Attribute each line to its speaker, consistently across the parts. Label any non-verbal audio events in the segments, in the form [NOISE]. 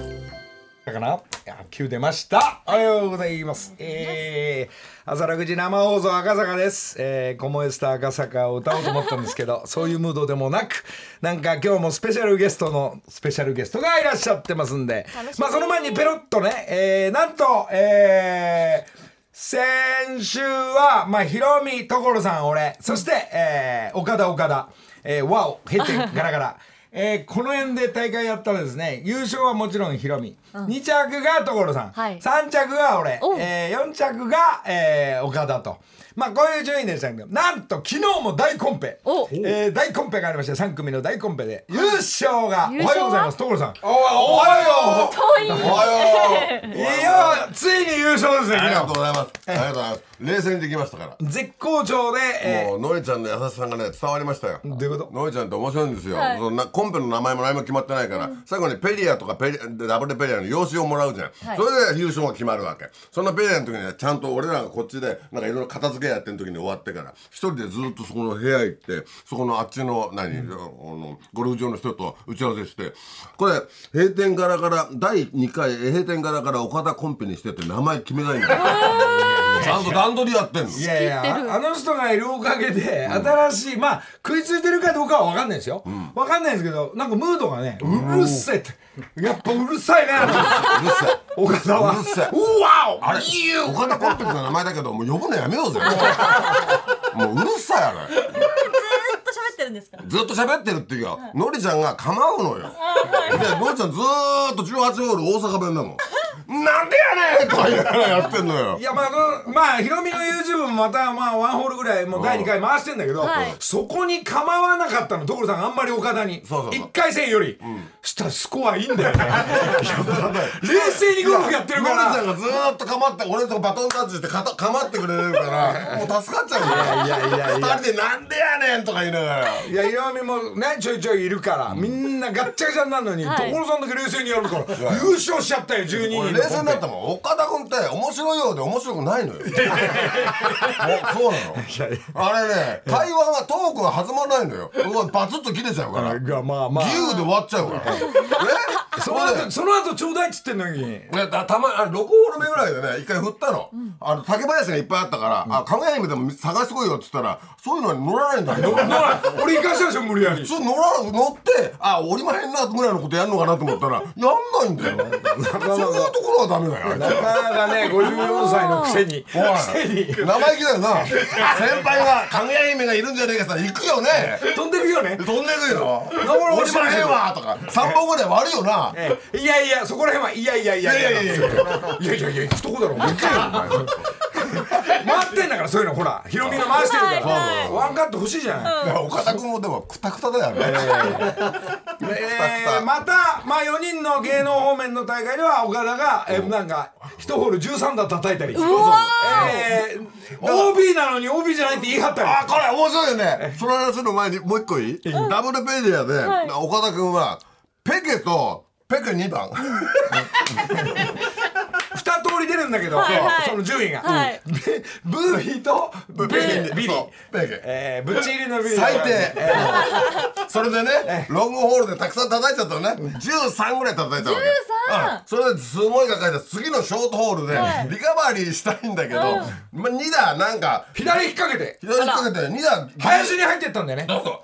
Speaker 1: ったかないや9出ましたおはようございますえー、朝6時生放送赤坂ですえー、コモエスター赤坂を歌おうと思ったんですけ [LAUGHS] どそういうムードでもなくなんか今日もスペシャルゲストのスペシャルゲストがいらっしゃってますんで
Speaker 2: 楽しみ
Speaker 1: まあその前にペロッとねえー、なんとえー先週は、まあ、ひろみ、所さん、俺、そして、えー、岡田、岡田、えー、和を経
Speaker 2: [LAUGHS]
Speaker 1: て、ガラガラ。えー、この辺で大会やったらですね、優勝はもちろんひろみ、二2着が所さん、
Speaker 2: はい
Speaker 1: 三3着が俺、
Speaker 2: おう
Speaker 1: えー、4着が、えー、岡田と。まあ、こういう順位でしたけど、なんと昨日も大コンペ、
Speaker 2: お
Speaker 1: えー、大コンペがありまして、3組の大コンペで、優勝が、おは
Speaker 2: 優勝は
Speaker 1: ようございます、所さん。
Speaker 3: おはよ
Speaker 2: 遠いね
Speaker 3: うおはよう
Speaker 1: いやーついに優勝ですね、
Speaker 3: ありがとう
Speaker 1: 昨
Speaker 3: ございますありがとうございます冷静にできましたか
Speaker 1: 日。絶好調で、えー
Speaker 3: らもうノエちゃんの優しさがね伝わりましたよ
Speaker 1: どういうこと
Speaker 3: ノエちゃんって面白いんですよ、
Speaker 2: はい
Speaker 3: そのなコンペの名前も何も決まってないから、最後にペリアとかペリダブルペリアの用紙をもらうじゃん、
Speaker 2: はい
Speaker 3: それで優勝が決まるわけそのペリアの時にはちゃんと俺らがこっちでなんかいろいろ片付けやってる時に終わってから一人でずっとそこの部屋行ってそこのあっちの何、あのゴルフ場の人と打ち合わせしてこれ閉店ガラガラ第2回閉店ガラガラ岡田コンペにしてって名前決めないんだよちゃんと段取りやってんの
Speaker 1: いやいやああの人がいるおかげで新しい、まあ食いついてるかどうかは分かんないですよ、分かんないですけどなんかムードがねうるせえってやっぱうるさいね
Speaker 3: [LAUGHS] うるさい
Speaker 1: 岡田は
Speaker 3: うるさいう
Speaker 1: わお
Speaker 3: あれ岡田コンペの名前だけどもう呼ぶのやめよ
Speaker 1: [LAUGHS]
Speaker 3: うぜもううるさいあれ
Speaker 2: 喋ってるんですか
Speaker 3: ずっと喋ってるっていうかのりちゃんが構うのよでのりちゃんずーっと18ホール大阪弁なのなんでやねんとか言いながらやってんのよ
Speaker 1: いやまあそのまあヒロミの YouTube もまたまあワンホールぐらいもう第2回回してんだけど、
Speaker 2: はい
Speaker 1: そこに構わなかったの所さんあんまり岡田に
Speaker 3: そうそうそう
Speaker 1: 1回戦より、したらスコアいいんだ
Speaker 3: [LAUGHS]
Speaker 1: よね冷静にゴルフやってるか
Speaker 3: のりち
Speaker 1: ら
Speaker 3: ゃんがずーっと構って俺とバトンタッチしてかた構ってくれるからもう助かっちゃうよ
Speaker 1: いやいやいや
Speaker 3: 2人で「なんでやねん」とか言いながら
Speaker 1: いや、岩見もね、ちょいちょいいるから、みんなガッチャガチャになるのに、
Speaker 2: はい
Speaker 1: 所さんだけ冷静にやるから、優勝しちゃったよ、12人の
Speaker 3: 俺冷静になったもん岡田君って面白いようで面白くないのよおそうなのあれね会話がトークが弾まないのようわバツッと切れちゃうから
Speaker 1: あ
Speaker 3: ギュ
Speaker 1: が、まあまあ。
Speaker 3: ーで終わっちゃうから [LAUGHS] え
Speaker 1: その後、その後ちょうだいっつってんのに。
Speaker 3: いやたたまあ6ホール目ぐらいでね一回振ったの,、あの竹林がいっぱいあったから「あかぐや姫でも探してこいよ」っつったらそういうのに乗らないんだよ
Speaker 1: 俺行かしたでしょ、無理やり
Speaker 3: 普。通乗ら乗ってあ降りまへんなぐらいのことやるのかなと思ったらやんないんだよそういうところはダメだよあいつ
Speaker 1: なかなかね、54歳のくせに。
Speaker 3: おい
Speaker 1: くせに。
Speaker 3: 生意気だよな先輩が「かぐや姫がいるんじゃねえか」さ行くよね
Speaker 1: 飛んでくよね
Speaker 3: 飛。んでくよ「
Speaker 1: 登る
Speaker 3: 俺まへんわ」とか3本ぐらい割るよな
Speaker 1: ええいやいや、そこら辺は、いやいやいやいやいやいやいやいやいや、行くとこだろ、行くよ回ってんだから、そういうの、ほら、ヒロミが回してるか
Speaker 3: はいは
Speaker 1: ら、
Speaker 3: い
Speaker 1: ワンカット欲しいじゃない。
Speaker 3: 岡田君もでもクタクタだよね
Speaker 1: えー、また、まあ、4人の芸能方面の大会では岡田が、えーなんか1ホール13打叩いたりえー、OB なのに OB じゃないって言い張ったり
Speaker 3: あこれ面白いよねその話の前にもう一個いいダブルペディア
Speaker 2: い
Speaker 3: で岡田君はペケとペケ2番 [LAUGHS]
Speaker 1: 2通り出るんだけど、
Speaker 2: はいはい
Speaker 1: その順位が、
Speaker 2: はい
Speaker 1: ブブービーとベ
Speaker 3: に
Speaker 1: ビリ
Speaker 3: そ、うペケ
Speaker 1: えー、ぶっち入りのビリ
Speaker 3: 最低 [LAUGHS] それでねロングホールでたくさん叩いちゃったのね13ぐらい叩いたわけう
Speaker 2: 13
Speaker 3: んそれですごい高いです次のショートホールで
Speaker 2: はい
Speaker 3: リカバリーしたいんだけど、ま2打なんか
Speaker 1: 左引っ掛けて
Speaker 3: 左にかけて2打
Speaker 1: 林に入ってったんだよね
Speaker 3: そうそう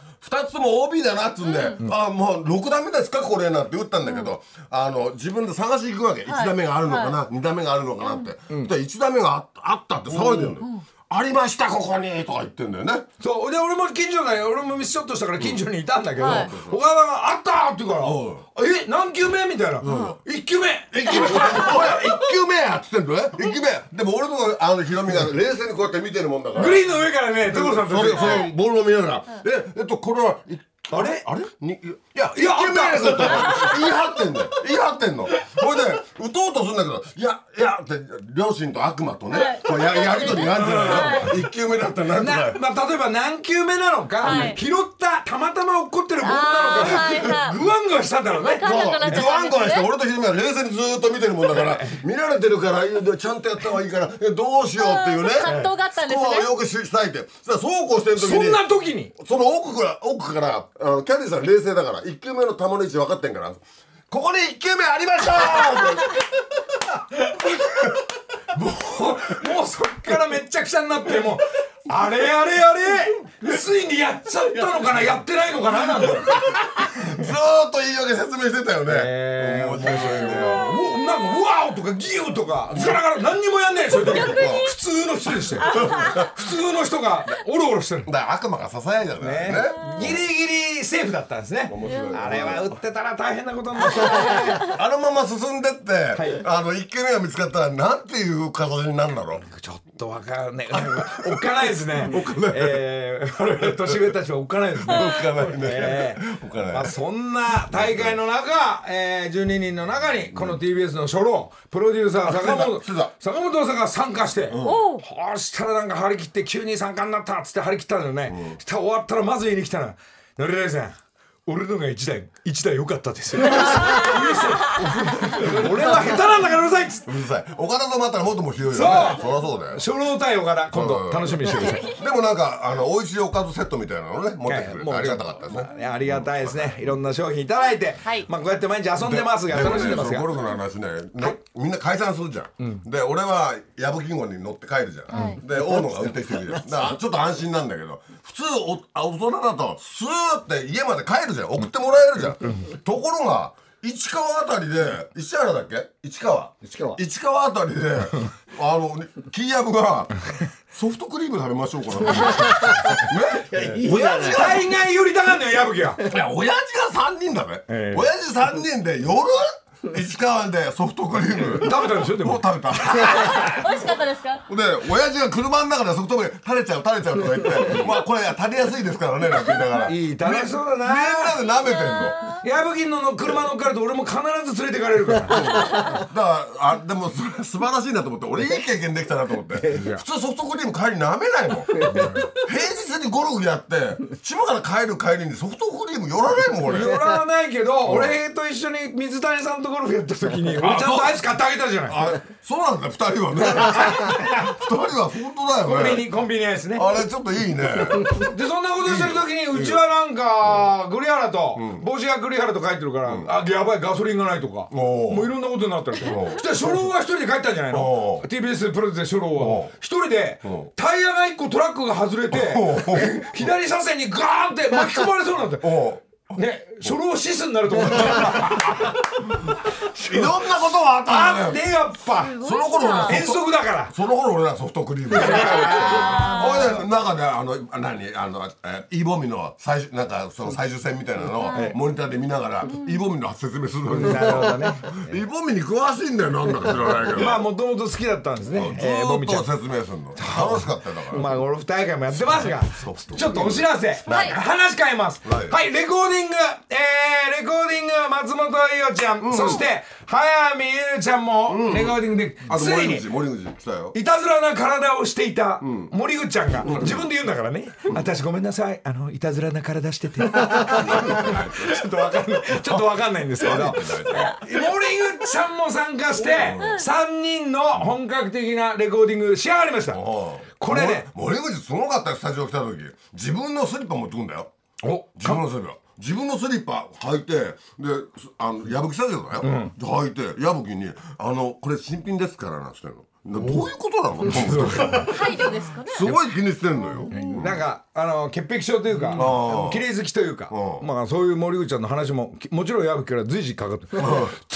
Speaker 3: 2つも OB だなっつうんで、あもう6打目ですかこれなんて打ったんだけど、あの自分で探しに行くわけ、一1打目があるのかな、二2打目があるのかなって、で1打目がああったって騒いでるのよ、ありましたここにとか言ってんだよね
Speaker 1: そうで俺も近所だよ俺もミスショットしたから近所にいたんだけど、
Speaker 2: はい
Speaker 1: 岡田が「あった!」って言うから
Speaker 3: うん
Speaker 1: 「え何球目?」みたいな「一1球目!」
Speaker 3: 1球目おや1球目やっつってんのね1球目でも俺とかあのヒロミが冷静にこうやって見てるもんだから
Speaker 1: グリーンの上からね、所さん
Speaker 3: それ
Speaker 1: と。
Speaker 3: そのボールを見ながら、え、えっと、これは、いあれあれにいや、いや、
Speaker 1: あ
Speaker 3: あ
Speaker 1: っ
Speaker 3: ったたやつだった言い張ってんだよ。言い張ってんの。ほいで、打とうとするんだけど、いや、いや、って、両親と悪魔とね、こうややりとりがあるんだよ。一球目だったらなんと
Speaker 1: な
Speaker 3: か。
Speaker 1: まあ、例えば何球目なのか、
Speaker 2: はい
Speaker 1: 拾ったたまたま落っこってるボールな
Speaker 2: あーはい
Speaker 1: のか、
Speaker 2: はい
Speaker 1: グワングワンしたんだろうね
Speaker 2: わかんなくなっちゃったんですね
Speaker 3: グワングワンして俺とヒロミは冷静にずーっと見てるもんだ
Speaker 2: [LAUGHS]
Speaker 3: から見られてるからいやちゃんとやった方がいいからえどうしようっていうね
Speaker 2: 葛藤があったんですね
Speaker 3: スコアをよくしたいってそしたらそうこうしてる時
Speaker 1: そ
Speaker 3: に
Speaker 1: んな時に
Speaker 3: その奥から、奥から、あの、キャディーさん冷静だから、1球目の球の位置分かってんから、
Speaker 1: ここに1球目ありましたもうもうそっからめっちゃくちゃになってもうあれあれあれついにやっちゃったのかなやってないのかななんて
Speaker 3: [LAUGHS] ずーっと言い訳説明してたよね、
Speaker 1: えー
Speaker 3: 面白いね
Speaker 1: うなんか「ワオ!」とか「ギュー!」とかガラガラ何にもやんないそういう時普通の人でしたよ普通の人がオロオロしてる
Speaker 3: だから悪魔がささやいじゃないね
Speaker 1: ギリギリセーフだったんですね
Speaker 3: 面白い
Speaker 1: あれは打ってたら大変なことになったね
Speaker 3: あのまま進んでって、
Speaker 1: い
Speaker 3: あの一軒目が見つかったらなんていう形になるんだろう
Speaker 1: ちょっとわかんないなんかおっかないですねおっかないえー我々年上たちはおっかないですね
Speaker 3: おっかないね
Speaker 1: えー
Speaker 3: おっかない
Speaker 1: まあ、そんな大会の中、えー、12人の中にこの TBS の初老プロデューサー坂
Speaker 3: あ
Speaker 1: 本
Speaker 3: そうだ
Speaker 1: 坂本さんが参加して、
Speaker 2: おう
Speaker 1: そしたらなんか張り切って急に参加になったっつって張り切ったんだよね、したら終わったらまず言いに来たの「のりらいさん俺のが1台1台良かった
Speaker 3: [LAUGHS]
Speaker 1: ですよ」うるせえ俺は下手なんだからうるさい」っつって
Speaker 3: うるさい岡田と待ったらもっともうひどいよね
Speaker 1: そう
Speaker 3: りゃそうだよ
Speaker 1: 初老対岡田今
Speaker 3: うんう
Speaker 1: 度
Speaker 3: ん
Speaker 1: 楽しみにしてください
Speaker 3: [LAUGHS] でもなんかあの美味しいおかずセットみたいなのね持ってきてくれて
Speaker 1: もう
Speaker 3: ありがたかったですね
Speaker 1: まあねありがたいですねいろんな商品いただいて、
Speaker 2: はい
Speaker 1: まあこうやって毎日遊んでますが
Speaker 3: も
Speaker 1: 楽しんでます
Speaker 3: その
Speaker 1: が
Speaker 3: ゴルフの話ね、なみんな解散するじゃん、で俺はヤブキングに乗って帰るじゃん、で大野が運転してくる [LAUGHS] じゃんだからちょっと安心なんだけど普通おあ大人だとスーって家まで帰るじゃん送ってもらえるじゃん、ところが市川あたりで市原だっけ市川
Speaker 4: 市川
Speaker 3: 市川あた [LAUGHS] りであのキーヤブがソフトクリーム食べましょうかなと思って
Speaker 4: いいじゃな
Speaker 1: 親父
Speaker 4: い
Speaker 1: が大概寄りたがんのよ矢吹が
Speaker 3: [LAUGHS] いや親父が3人だね、
Speaker 1: ええ
Speaker 3: 親父3人で夜市川でソフトクリーム
Speaker 1: 食べたんでしょで
Speaker 3: もう
Speaker 1: も
Speaker 3: 食べた [LAUGHS]
Speaker 2: [LAUGHS] 美味しかったですか
Speaker 3: で親父が車の中でソフトクリーム垂れちゃう垂れちゃうとか言ってまあこれ足りやすいですからねなんて言いながらみん
Speaker 1: いい楽しそうだな
Speaker 3: なで舐めてんの
Speaker 1: 矢吹のの車乗っかると俺も必ず連れてかれるから
Speaker 3: [LAUGHS] だからあでもそれ素晴らしいなと思って俺いい経験できたなと思って普通ソフトクリーム帰り舐めないもん平日にゴルフやって千葉から帰る帰りにソフトクリーム寄らないもん俺
Speaker 1: 寄らないけど俺と一緒に水谷さんとゴルフやった時に俺ちゃんとアイス買ってあげたじゃない
Speaker 3: あそうなんだ二人はね二人は本当
Speaker 1: コ
Speaker 3: だ
Speaker 1: ン
Speaker 3: よ
Speaker 1: ビ
Speaker 3: ね
Speaker 1: ニコンビニアイスね
Speaker 3: あれちょっといいね
Speaker 1: でそんなことしてる時にうちはなんか栗原と帽子が栗原と書いてるから、あやばいガソリンがないとか
Speaker 3: お
Speaker 1: も
Speaker 3: う
Speaker 1: ういろんなことになったりして
Speaker 3: おう
Speaker 1: そしたら初老は一人で帰ったんじゃないの
Speaker 3: おう
Speaker 1: TBS プロデュースで初老
Speaker 3: お
Speaker 1: は
Speaker 3: う
Speaker 1: 一人で
Speaker 3: お
Speaker 1: タイヤが一個トラックが外れて
Speaker 3: おう
Speaker 1: 左車線にガーンって巻き込まれそうになって
Speaker 3: おう
Speaker 1: ね初老シスになると思った
Speaker 3: [LAUGHS] いろんなことがあった
Speaker 1: あ
Speaker 3: んだ
Speaker 1: で
Speaker 3: ね
Speaker 1: やっぱ
Speaker 3: その頃は
Speaker 1: 遠足だから
Speaker 3: その頃俺らソフト
Speaker 1: [LAUGHS]
Speaker 3: クリーム。 [LAUGHS] ほいで中であの何あのえイボミの最終なんかその最終戦みたいなのをモニターで見ながらイボミの説明するのに。 [LAUGHS] イボミに詳しいんだよなんだか知らないけど。
Speaker 1: まあもともと好きだったんですね
Speaker 3: ず
Speaker 1: えーボ
Speaker 3: ーっ
Speaker 1: ミちゃん
Speaker 3: と説明するの。楽しかったよだから。
Speaker 1: まあゴルフ大会もやってますが
Speaker 3: そうそう
Speaker 1: ちょっとお知らせ、
Speaker 2: い
Speaker 1: 話変えますは、
Speaker 3: はいい
Speaker 1: レコーディングえー、レコーディング松本伊代ちゃん、そして早見優ちゃんもレコーディングで、
Speaker 3: あと
Speaker 1: つい
Speaker 3: 森
Speaker 1: に
Speaker 3: 口森口来たよ。
Speaker 1: いたずらな体をしていた森口ちゃんが、自分で言うんだからね、私ごめんなさいあのいたずらな体しててちょっとわかんないちょっとわかんないんですけど
Speaker 3: [LAUGHS]
Speaker 1: 森口さんも参加して3人の本格的なレコーディング仕上がりましたこれね
Speaker 3: も森口すごかったよスタジオ来た時自分のスリッパ持ってくんだよ。
Speaker 1: お
Speaker 3: 自分のスリッパ自分のスリッパ履いてですあの矢吹スタジオだよ、で履いて矢吹に「あのこれ新品ですから」なんつってんのなどういうことなのと思って
Speaker 2: 配慮ですかね
Speaker 3: すごい気にしてんのよ、
Speaker 1: なんかあの潔癖症というか
Speaker 3: あー
Speaker 1: 綺麗好きというか
Speaker 3: うん
Speaker 1: まあそういう森口ちゃんの話もきもちろん矢吹から随時かかってと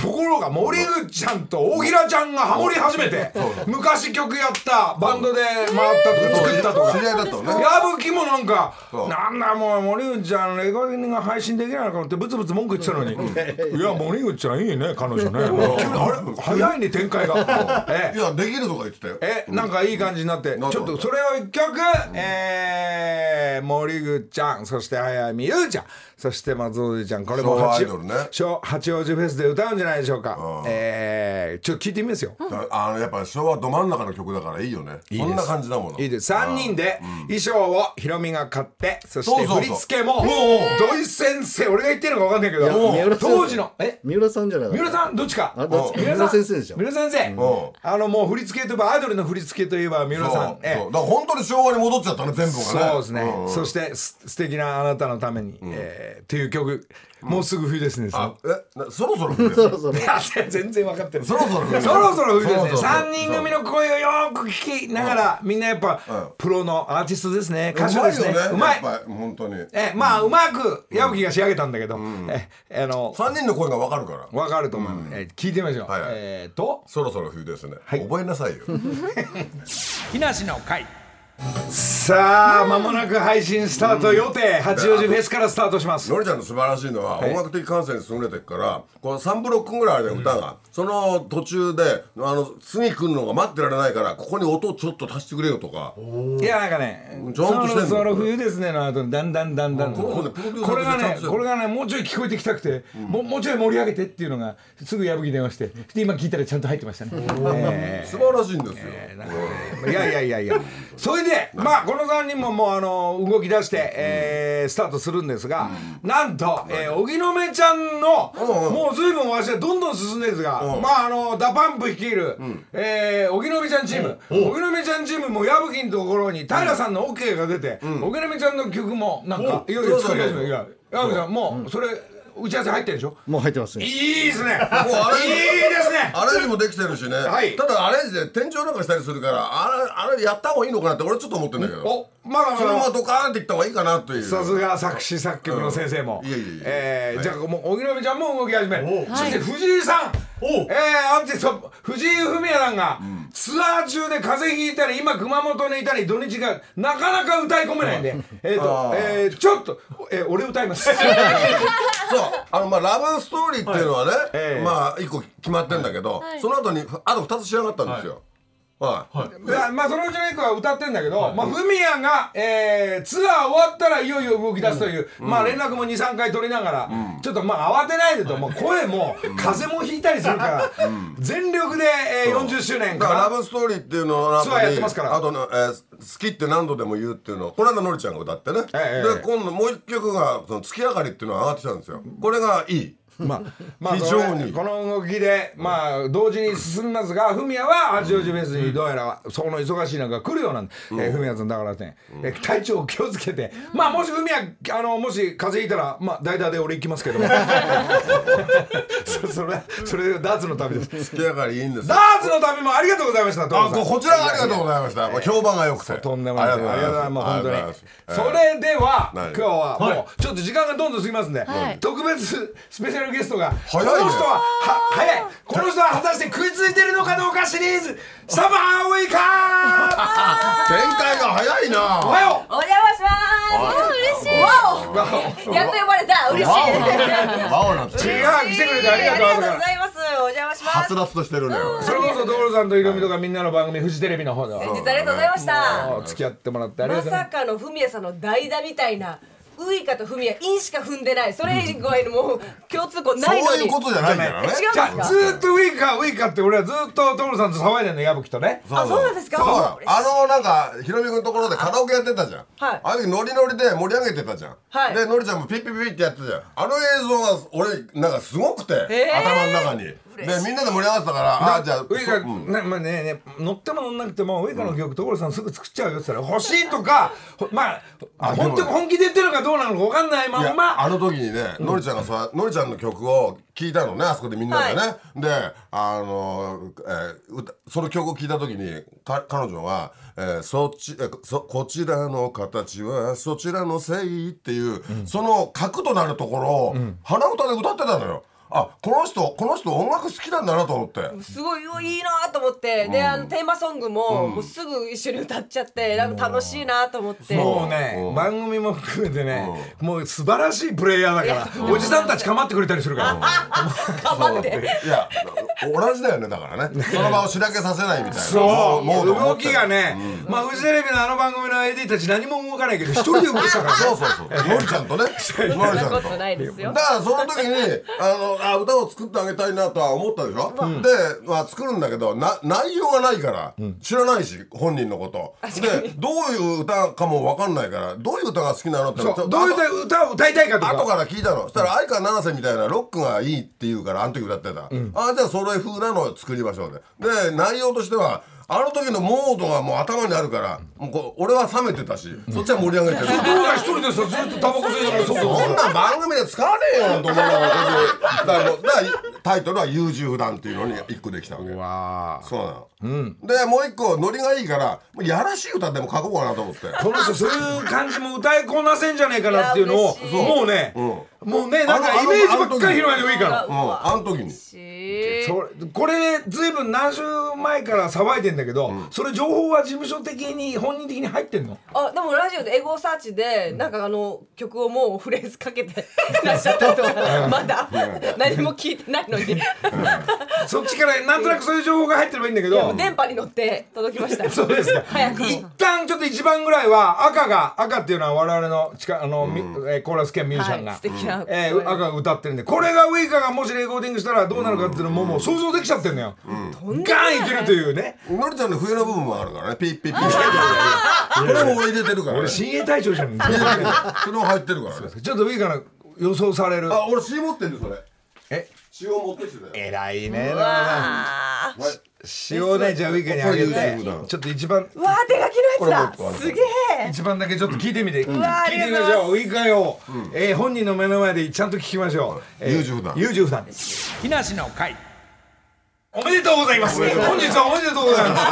Speaker 1: ころが森口ちゃんと大平ちゃんがハモり始めて昔曲やったバンドで回ったとか作ったと
Speaker 3: 知
Speaker 1: か
Speaker 3: り合いだったのね
Speaker 1: 矢吹もなんか
Speaker 3: そう
Speaker 1: なんだもう森口ちゃんレコーディングが配信できないのかなってブツブツ文句言ってたのに [LAUGHS] いや森口ちゃんいいね彼女ねあれ早いね展開がええ
Speaker 3: いやできるとか言ってたよ
Speaker 1: え、なんかいい感じになって、ちょ
Speaker 3: な
Speaker 1: っ
Speaker 3: んか
Speaker 1: とそれを一曲、えー、森口ちゃん、そして早見優ちゃん、そして松尾優ちゃん、これも
Speaker 3: 昭和
Speaker 1: 八
Speaker 3: アイドルね
Speaker 1: 昭八王子フェスで歌うんじゃないでしょうか
Speaker 3: ん。
Speaker 1: えー、ちょっと聞いてみますよ。
Speaker 3: だあのやっぱ昭和ど真ん中の曲だからいいよねそんな感じだもの
Speaker 1: いいです。3人で衣装をヒロミが買って、そし
Speaker 3: そ
Speaker 1: て
Speaker 3: うそうそう
Speaker 1: 振り付けも、
Speaker 3: へ
Speaker 1: 土井先生、俺が言ってるのか分かんないけ
Speaker 4: いや三
Speaker 1: ど、
Speaker 4: 浦さん
Speaker 1: 当時の、え
Speaker 4: 三浦さんじゃない
Speaker 1: 三浦さんどっちか
Speaker 4: あどっち
Speaker 1: うん
Speaker 4: 三浦先生でしょ
Speaker 1: 三浦先生、あのもう振り付けといえばアイドルの振り付けといえば三
Speaker 3: そ
Speaker 1: 浦さ
Speaker 3: うそ
Speaker 1: ん
Speaker 3: う
Speaker 1: ええ
Speaker 3: だから本当に昭和に戻っちゃったね全部がね
Speaker 1: そうですね、
Speaker 3: ん
Speaker 1: そしてす素敵なあなたのために、ええーっていう曲、もうすぐ冬ですね。
Speaker 3: あえなそろそろ
Speaker 5: そろそろ
Speaker 1: いや全然分かってる
Speaker 3: そろそろ
Speaker 1: そろそろ冬ですね
Speaker 3: そろそろ
Speaker 1: 3人組の声をよーく聞きながらみんなやっぱ
Speaker 3: うん
Speaker 1: プロのアーティストですね歌手ですねう
Speaker 3: う
Speaker 1: ま
Speaker 3: ま
Speaker 1: い
Speaker 3: いよねやっぱり本当に
Speaker 1: えまあうまく矢吹が仕上げたんだけどえあの
Speaker 3: 三人の声がわかるから
Speaker 1: 分かると思うえ聞いてみましょう
Speaker 3: はいはい
Speaker 1: えーと
Speaker 3: そろそろ冬ですね、覚えなさい
Speaker 1: [LAUGHS]
Speaker 3: よ
Speaker 1: 木梨の会さあ間もなく配信スタート予定八王子フェスからスタートします
Speaker 3: のりちゃんの素晴らしいのは音楽的感性に優れてるからこの3ブロックぐらいあるよ歌が、その途中であの次来るのが待ってられないからここに音をちょっと足してくれよとか
Speaker 1: いやなんかね
Speaker 3: うんち
Speaker 1: そ
Speaker 3: ゃんとしてん
Speaker 1: ろ
Speaker 3: の
Speaker 1: そろ冬ですねの後にだんだんだんだん
Speaker 3: ここねプロデューサー
Speaker 1: これが
Speaker 3: としてちゃ
Speaker 1: ね
Speaker 3: んとしてる
Speaker 1: これがねもうちょい聞こえてきたくて、もうもうちょい盛り上げてっていうのがすぐ矢吹に電話してで今聞いたらちゃんと入ってましたね、え
Speaker 3: 素晴らしいんですよ、
Speaker 1: ーいやいやいやいやそれでまあこの3人ももうあの動き出して、えースタートするんですが、なんと、えー、荻野目ちゃんの、
Speaker 3: うんうん
Speaker 1: もう随分私はどんどん進んでるんですが、
Speaker 3: うん
Speaker 1: まああのダパンプ率いる、えー、荻野目ちゃんチーム、荻野目ちゃんチームも矢吹のところに平さんの OK が出て、荻野目ちゃんの曲もなんか、
Speaker 3: うん
Speaker 1: いよいよ作り始める
Speaker 3: そうそうそう
Speaker 1: いや矢吹さんもうそれ打ち合わせ入ってるでしょ
Speaker 5: もう入ってます
Speaker 1: い
Speaker 5: ね
Speaker 1: いですねいい
Speaker 3: れ
Speaker 1: ですね
Speaker 3: アレンジもできてるしね、
Speaker 1: はい
Speaker 3: ただアレンジで転調なんかしたりするからあれあれやった方がいいのかなって俺ちょっと思ってんだけど
Speaker 1: おまあまあ
Speaker 3: そのままドカーンっていった方がいいかなという
Speaker 1: さすが作詞作曲の先生も、
Speaker 3: うんいやいやいや
Speaker 1: えー
Speaker 3: はい
Speaker 1: じゃあもう荻野目ちゃんも動き始め
Speaker 4: おう
Speaker 1: そして藤井さん
Speaker 4: おう
Speaker 1: えーアーティスト藤井フミヤさんが、ツアー中で風邪ひいたり今熊本にいたり土日がなかなか歌い込めないんでえーと
Speaker 3: [LAUGHS] あー
Speaker 1: えーちょっと、えー俺歌い
Speaker 3: [LAUGHS]
Speaker 1: ます
Speaker 3: そうあのまあラブストーリーっていうのはね、
Speaker 1: ええ
Speaker 3: まあ一個決まってんだけど、
Speaker 2: はい
Speaker 3: その後にあと二つ仕上がったんですよはい、
Speaker 4: はい
Speaker 1: いやまあそのうちの一個は歌ってんだけど、まあフミヤが、えーツアー終わったらいよいよ動き出すという、まあ連絡も23回取りながら、ちょっとまあ慌てないでと、もう声も風邪もひいたりするから、全力で、えー40周年
Speaker 3: だからラ
Speaker 1: か
Speaker 3: ブストーリーっていうのの後に
Speaker 1: ツアーやってますから
Speaker 3: あとね、えー好きって何度でも言うっていうのをこの間のりちゃんが歌ってね、
Speaker 1: ええ
Speaker 3: で今度もう一曲が「その月明かり」っていうのが上がってきたんですよこれがいい
Speaker 1: ま
Speaker 3: [LAUGHS]
Speaker 1: あまあ
Speaker 3: 非常に
Speaker 1: そのこの動きでまあ同時に進みますがフミヤは八王子フェスにどうやらその忙しい中来るようなんで、えーフミヤさんだからね、えー体調を気をつけて、まあもしフミヤあのもし風邪ひいたらまあ代打で俺行きますけど
Speaker 3: [LAUGHS]
Speaker 1: も [LAUGHS] そそれそれダーツの旅です
Speaker 3: 月明かりいいんで
Speaker 1: [LAUGHS]
Speaker 3: す
Speaker 1: ダ
Speaker 3: よ
Speaker 1: ーツの旅もありがとうございました
Speaker 3: あ
Speaker 1: 所さん
Speaker 3: ここちらがありがとうございました、これ評判が良くて
Speaker 1: とんでもないですありがとうございます本当に、それでは
Speaker 3: は
Speaker 1: 今
Speaker 3: い
Speaker 1: 日は
Speaker 4: はい
Speaker 1: もうちょっと時間がどんどん過ぎますんで、
Speaker 2: はい
Speaker 1: 特別スペシャルゲストがこの
Speaker 3: い
Speaker 1: 人
Speaker 3: ね
Speaker 1: はは早いこの人は果たして食いついてるのかどうかシリーズサマーウイカー
Speaker 3: 展開が早いな
Speaker 1: おはよ
Speaker 2: お邪魔します。わ
Speaker 1: う
Speaker 2: お。やっと呼ばれた。嬉しい。
Speaker 3: ワオなって
Speaker 1: 違う来てくれてありがとう
Speaker 2: ありがとうございます。お邪魔しま
Speaker 3: は
Speaker 2: す
Speaker 3: つ。らつとしてるね
Speaker 1: それこそ所さんと色味とかみんなの番組フジテレビの方では
Speaker 2: 先日ありがとうございました。
Speaker 1: お付き合ってもらってありが
Speaker 2: ま
Speaker 1: とうござい
Speaker 2: さ
Speaker 1: ます
Speaker 2: かのフミヤさんの代打みたいな。ウイカとフミヤ、インしか踏んでない。それ以外のもう共通項ない
Speaker 3: そ
Speaker 2: の
Speaker 3: ういう
Speaker 2: に。
Speaker 3: ことじゃないからね
Speaker 2: 違う
Speaker 1: じゃあずーっとウイカウイカって俺はずーっと所さんと騒いでんの矢吹とね
Speaker 2: あそうなんですか
Speaker 3: そう
Speaker 2: そう
Speaker 3: あのなんかひろみくんのところでカラオケやってたじゃん、
Speaker 2: はい
Speaker 3: あの時ノリノリで盛り上げてたじゃん、
Speaker 2: はい
Speaker 3: でのりちゃんもピッピッピッってやってたじゃんあの映像が俺なんかすごくて、
Speaker 2: えー
Speaker 3: 頭の中にでみんなで盛り上がってたからあじゃあ
Speaker 1: ウイカ、
Speaker 3: そうん
Speaker 1: なまあねね乗っても乗んなくてもウイカの曲所さんすぐ作っちゃうよって言ったら欲しいとかほまあ
Speaker 3: あでも
Speaker 1: 本当に本気で言ってるのかどうなのか分かんない
Speaker 3: い
Speaker 1: ま
Speaker 3: や
Speaker 1: んま
Speaker 3: あの時にね、のりちゃんがさのりちゃんの曲を聴いたのねあそこでみんなでね、であの、えー歌その曲を聴いた時にか彼女が、えーそっちえーそ「こちらの形はそちらのせい」っていう、その核となるところを、鼻歌で歌ってたのよ。あこの人この人音楽好きなんだなと思って。
Speaker 2: すごいよいいなと思って、であのテーマソングも,、もうすぐ一緒に歌っちゃってなんか楽しいなと思って
Speaker 1: もうね番組も含めてねもう素晴らしいプレイヤーだからおじさんたち構ってくれたりするから
Speaker 2: 頑張って
Speaker 3: いや同じだよねだか
Speaker 1: [LAUGHS]
Speaker 3: らねその場をしらけさせないみたいな
Speaker 1: そうも
Speaker 3: も
Speaker 1: う動きが
Speaker 3: ね
Speaker 1: ねまあフジテレビのあの番組の AD たち何も動かないけど一人で動いてたから
Speaker 3: そうそうそうのりちゃんとねのりち
Speaker 2: そん
Speaker 3: ゃ
Speaker 2: なん
Speaker 3: と
Speaker 2: ことないです
Speaker 3: だ
Speaker 2: よ
Speaker 3: からその時にあのあ歌を作ってあげたいなとは思ったでしょ、で、まあ、作るんだけどな内容がないから、知らないし本人のことでどういう歌かも分かんないからどういう歌が好きなのってのは
Speaker 1: そう
Speaker 3: ちょ
Speaker 1: どうい
Speaker 3: っと
Speaker 1: う歌を歌いたいかとか
Speaker 3: 後から聞いたのそしたら相川七瀬みたいなロックがいいって言うからあの時歌ってた、あじゃあそれ風なのを作りましょうでで内容としてはあの時のモードがもう頭にあるからもうこう俺は冷めてたし、そっちは盛り上げてる
Speaker 1: 伊藤が一人でさずっとタバコ吸いながらそ
Speaker 3: そん
Speaker 1: こそこ
Speaker 3: なん番組で使わねえよなんて思いながらだからもうだからタイトルは「優柔不断」っていうのに一個できたわけ
Speaker 1: わ
Speaker 3: そうなの、でもう一個ノリがいいからもうやらしい歌でも書こうかなと思って
Speaker 1: この人そういう感じも歌いこなせんじゃねえかなっていうのを
Speaker 2: いや嬉しい
Speaker 1: もうね、もうねなんかイメージばっかり広めてもいいから
Speaker 3: うんあの時に
Speaker 2: し
Speaker 1: それこれずいぶん何週前から騒いでんだけど、それ情報は事務所的に本人的に入って
Speaker 2: [LAUGHS]
Speaker 1: んの
Speaker 2: あでもラジオでエゴサーチでなんかあの曲をもうフレーズか
Speaker 1: [LAUGHS]
Speaker 2: けてらっしゃった人がまだ何も聞いてないのに
Speaker 1: そっちからなんとなくそういう情報が入ってればいいんだけど、
Speaker 2: 電波に乗って届きました
Speaker 1: そうですか
Speaker 2: 早く
Speaker 1: 一旦ちょっと一番ぐらいは赤が赤っていうのは我々の近あの、みえーコーラス兼ミュージシャンが、
Speaker 2: はい素敵な
Speaker 1: えー赤が歌ってるんでこれがウイカがもしレコーディングしたらどうなるかっていうのももう想像できちゃってるのよ、ガンいけるというね
Speaker 3: のりちゃんの冬の部分もあるからねピッピッピッピッこれも入れてるからね
Speaker 1: 俺
Speaker 3: そ
Speaker 1: 親衛隊長じゃ
Speaker 2: [LAUGHS]
Speaker 1: ん
Speaker 3: れも入ってるからね
Speaker 1: ちょっとウイカの予想される
Speaker 3: あ俺詩持ってんだよそれ
Speaker 1: え
Speaker 3: 詩を持ってきてたよ
Speaker 1: 偉いね
Speaker 2: わー
Speaker 3: はい
Speaker 1: 塩をねじゃあウイカにあげ
Speaker 3: ここ
Speaker 1: て
Speaker 3: に入れて
Speaker 1: ちょっと一番
Speaker 2: わー手書きのやつ
Speaker 3: これもう
Speaker 2: だ
Speaker 3: 一個ある
Speaker 2: すげえ
Speaker 1: 一番だけちょっと聞いてみて、
Speaker 2: わあ
Speaker 1: 聞いてみま
Speaker 2: あり
Speaker 1: し
Speaker 2: がと
Speaker 1: ょうウイカよ、えー本人の目の前でちゃんと聞きましょう、えー
Speaker 3: 優柔不断
Speaker 1: 優柔不断です木梨の会おめでとうございます本日はおめでとうございます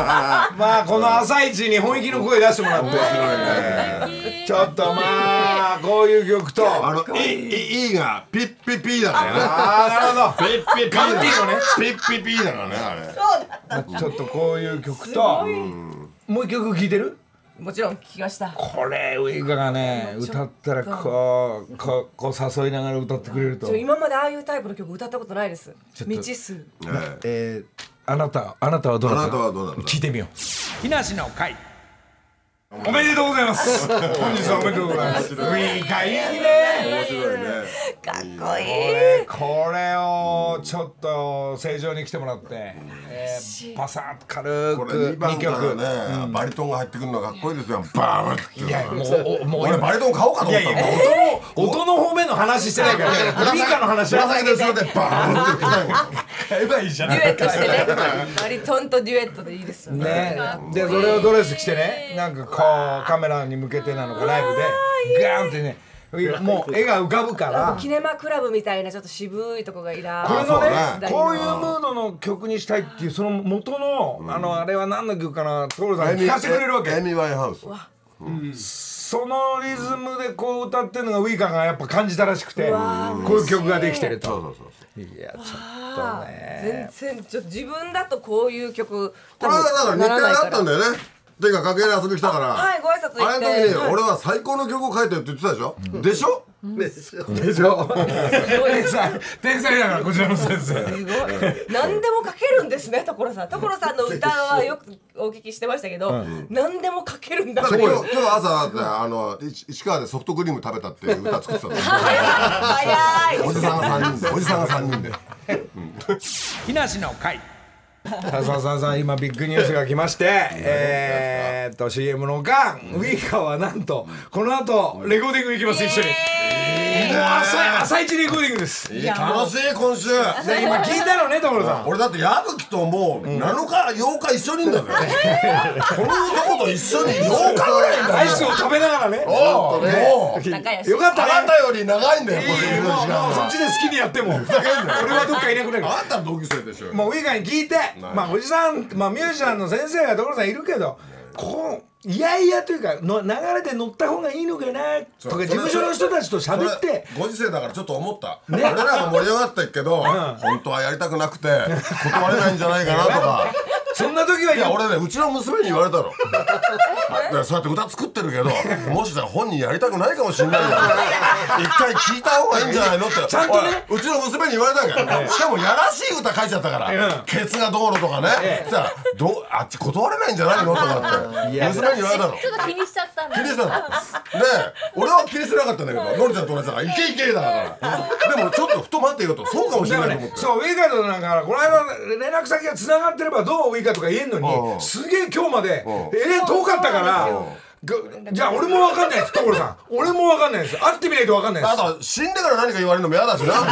Speaker 2: [LAUGHS]
Speaker 1: まあこの朝一に本気の声出してもらってちょっとまあこういう曲と
Speaker 3: あ
Speaker 1: あ
Speaker 3: の「い」いいがピッピッピーだからね
Speaker 1: あなるほ
Speaker 3: ピッピッピーだ
Speaker 1: カンティーノね
Speaker 3: ピッピッピーだからねあれ
Speaker 1: どちょっとこういう曲ともう一曲聴いてる
Speaker 2: もちろん聞きました
Speaker 1: これウイカがね歌ったらこうこうこう誘いながら歌ってくれると
Speaker 2: ちょ今までああいうタイプの曲歌ったことないです未知数
Speaker 3: え
Speaker 1: え
Speaker 3: え
Speaker 1: ー、あなたあなたはどうだ
Speaker 3: あなたはどうだった
Speaker 1: 聞いてみよう木梨の会おめでとうございます本日はおめでとうございますウィーカいいね
Speaker 3: 面白いね
Speaker 2: かっこいい
Speaker 1: これをちょっと正常に来てもらって、えー、パサッと軽
Speaker 3: これ
Speaker 1: く
Speaker 3: 2番
Speaker 1: 2
Speaker 3: か
Speaker 1: 曲
Speaker 3: らねバリトンが入ってくるのがかっこいいですよバーンって
Speaker 1: いやもうおもう
Speaker 3: 俺バリトン買おうかと
Speaker 1: い
Speaker 3: 思
Speaker 1: や
Speaker 3: っ
Speaker 1: い
Speaker 3: た
Speaker 1: や
Speaker 3: もん
Speaker 1: 音の音の方面の話してない [LAUGHS] からウィーカの話は
Speaker 3: 紫の後ろでバーンって来たもん
Speaker 1: 買えばいいじゃな
Speaker 2: デ
Speaker 1: い
Speaker 2: ュエットしてねバリトンとデュエットでいいですよ
Speaker 1: ねでそれをドレス着てねなんかこうカメラに向けてなのかライブでガーンってねもう絵が浮かぶから
Speaker 2: キネマクラブみたいなちょっと渋いとこがいら
Speaker 1: これ
Speaker 3: そ
Speaker 1: の
Speaker 3: う
Speaker 1: ね
Speaker 3: ね
Speaker 1: こういうムードの曲にしたいっていうその元のあのあれは何の曲かな所さんが聞かせてくれるわ
Speaker 3: エ
Speaker 1: け
Speaker 3: ミワイハウス
Speaker 1: そのリズムでこう歌ってるのがウイカがやっぱ感じたらしくてこういう曲ができてると
Speaker 3: そうそうそう
Speaker 1: いやちょっと
Speaker 2: あ
Speaker 1: ね
Speaker 2: ー全然ちょっと自分だとこういう曲
Speaker 3: これはだから日程
Speaker 2: なない
Speaker 3: があ
Speaker 2: か
Speaker 3: ったんだよねていうか楽屋に遊びに来たから
Speaker 2: はいご挨拶行って
Speaker 3: あれの時に
Speaker 2: はい
Speaker 3: 俺は最高の曲を書いてるって言ってたでしょでしょ
Speaker 1: でしょ天才天才だからこちらの先生
Speaker 2: すごい何でも書けるんですね所さん所さ
Speaker 3: [LAUGHS]
Speaker 2: んの歌はよくお聞きしてましたけど、何でも書けるんだ
Speaker 3: だ
Speaker 2: って
Speaker 3: から
Speaker 2: いう
Speaker 3: 今日今日朝だってあのい石川でソフトクリーム食べたっていう歌作ってたの [LAUGHS]
Speaker 2: 早い
Speaker 3: おじさんが三人でおじさんが三人で
Speaker 5: 木梨の会
Speaker 1: さあさあさあさあ今ビッグニュースが来ましてえーっと CM の間ウィーカーはなんとこの後レコーディング行きます一緒にもう朝朝一レコーディングです
Speaker 3: いい楽しい今週
Speaker 1: で今聞いたのね所さん
Speaker 3: 俺だって矢吹ともう7日8日一緒にいん
Speaker 1: [LAUGHS]
Speaker 3: だよこの男と一緒に8日ぐらいいんだ
Speaker 1: ア
Speaker 3: よ
Speaker 1: イスを食べながらね
Speaker 3: おうもう
Speaker 2: 仲良し
Speaker 1: よかっ
Speaker 3: あ
Speaker 1: た
Speaker 3: な
Speaker 1: ね
Speaker 3: たより長いんだよ
Speaker 1: い
Speaker 3: これ
Speaker 1: い
Speaker 3: い
Speaker 1: よ
Speaker 3: る
Speaker 1: もう
Speaker 3: 時間
Speaker 1: もうそっ
Speaker 3: は
Speaker 1: ちで好きにやっても俺はどっかいなくなる
Speaker 3: あんた同級生でしょ
Speaker 1: もうウィーカーに聞いてまあおじさんまあミュージシャンの先生が所さんいるけどこういやいやというかの流れで乗った方がいいのかなと
Speaker 3: そ
Speaker 1: か
Speaker 3: れ
Speaker 1: 事務所の人たちと
Speaker 3: これ
Speaker 1: 喋って
Speaker 3: ご時世だからちょっと思った、俺らが盛り上がってっけど、本当はやりたくなくて断れないんじゃないかなとか
Speaker 1: そんな時はい
Speaker 3: や俺ねうちの娘に言われたのだ [LAUGHS] からそうやって歌作ってるけどもしかしたら本人やりたくないかもしれ
Speaker 1: [LAUGHS]
Speaker 3: ないじゃん一回聞いた方がいいんじゃないのって
Speaker 1: ちゃんとね
Speaker 3: おいうちの娘に言われたんやしかもやらしい歌書いちゃったから、
Speaker 1: うん
Speaker 3: ケツがどうのとかね、
Speaker 1: ええ
Speaker 3: そしたらどうあっち断れないんじゃないのとかって
Speaker 1: いや
Speaker 3: 娘に言われたの
Speaker 6: ちょっと気にしちゃったんだ
Speaker 3: 気にしてたの。で、俺は気にしてなかったんだけど、のりちゃんと同じだから、イケイケだから。でも、ちょっとふと待ってよと、そうかもし
Speaker 1: だ
Speaker 3: れ
Speaker 1: か
Speaker 3: ない
Speaker 1: ら
Speaker 3: と思
Speaker 1: ねそうウ
Speaker 3: って。
Speaker 1: ェイカードなんかからこの間連絡先がつながってればどうウェイカーとか言えんの
Speaker 3: う
Speaker 1: に
Speaker 3: ん
Speaker 1: すげえ今日まで
Speaker 3: ん
Speaker 1: えー、遠かったからぐじゃあ俺も分かんないです所さん俺も分かんないです会ってみないと分かんないです
Speaker 3: あとは死んでから何か言われるのも嫌だしな。本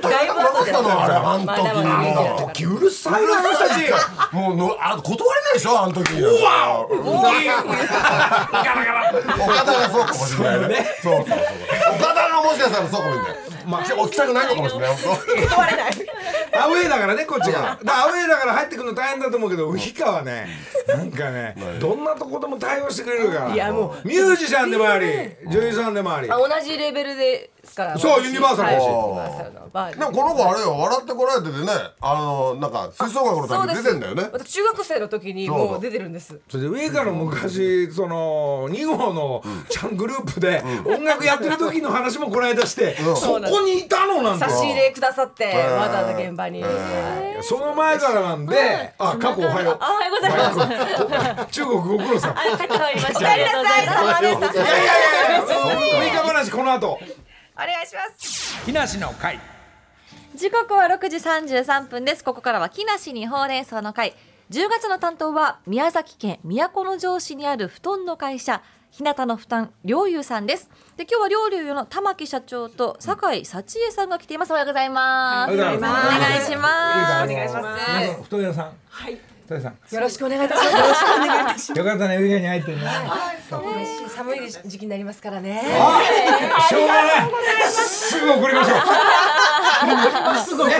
Speaker 3: 当に
Speaker 2: だい
Speaker 3: や
Speaker 2: ぶ
Speaker 3: りたくなか
Speaker 2: 後
Speaker 3: っ
Speaker 2: で
Speaker 3: たのあれ、あ
Speaker 2: まだまだ元気だ
Speaker 3: の
Speaker 2: った
Speaker 3: 時
Speaker 2: か。
Speaker 1: う
Speaker 2: ら
Speaker 1: るさいなあの人たち
Speaker 3: もうのあ断れないでしょあの時うわ岡田がそうかもしれないねそうそうそう岡田がもしかしたらそうかもしれないまあ起きたくないのかもしれない [LAUGHS]
Speaker 2: 断れない
Speaker 1: アウェーだからねこっちがだからアウェーだから入ってくるの大変だと思うけどウヒカはねなんかねどんなとこでも対応してくれるから
Speaker 2: いやも
Speaker 1: ミュージシャンでもあり女優さんでもあり
Speaker 2: あ同じレベルですから
Speaker 1: そう
Speaker 2: 私
Speaker 1: ユニバーサルだし
Speaker 2: はいユニバーサルのバー
Speaker 3: でもこの子あれよ笑ってこられててねあのなんか吹奏楽の
Speaker 2: そう
Speaker 3: 時
Speaker 2: で
Speaker 3: に
Speaker 2: す
Speaker 3: 出てんだよね
Speaker 2: 私中学生の時にもう出てるんです
Speaker 1: それで上から昔その2号のちゃんグループで音楽やってる時の話もこの間してそこにいたのなん
Speaker 2: 差
Speaker 1: か
Speaker 2: し入れくださってわざわざ現場にはい
Speaker 1: その前からなんであ過去おはよう
Speaker 6: あおはようございます
Speaker 1: 中国ご苦労さんい
Speaker 6: あ帰ってまいりまし
Speaker 2: お
Speaker 6: た
Speaker 2: か
Speaker 6: あ
Speaker 2: え
Speaker 6: り
Speaker 2: り
Speaker 6: がとうご
Speaker 2: な
Speaker 6: ざ
Speaker 2: さ
Speaker 6: い
Speaker 1: やいやいやいや追加話こ
Speaker 2: い様です
Speaker 6: ます
Speaker 1: の後
Speaker 2: お願いします
Speaker 5: 木梨の会
Speaker 6: 時刻は6時33分ですここからは木梨にほうれん草の会10月の担当は宮崎県都城市にある布団の会社日向の負担陵侑さんですで今日は陵侑の玉木社長と酒井幸恵さんが来ていますおはようございます
Speaker 1: おはようございます
Speaker 6: お願いします
Speaker 2: お願いします
Speaker 1: 太田さんはい太田さん
Speaker 2: よろしくお願いいたしますよろしくお願いいたし
Speaker 1: よかったね、ウィガに入ってるね。
Speaker 2: ます寒い時期になりますからね
Speaker 1: しょうがない。すぐ送りましょう。すぐ送りまし
Speaker 3: あそう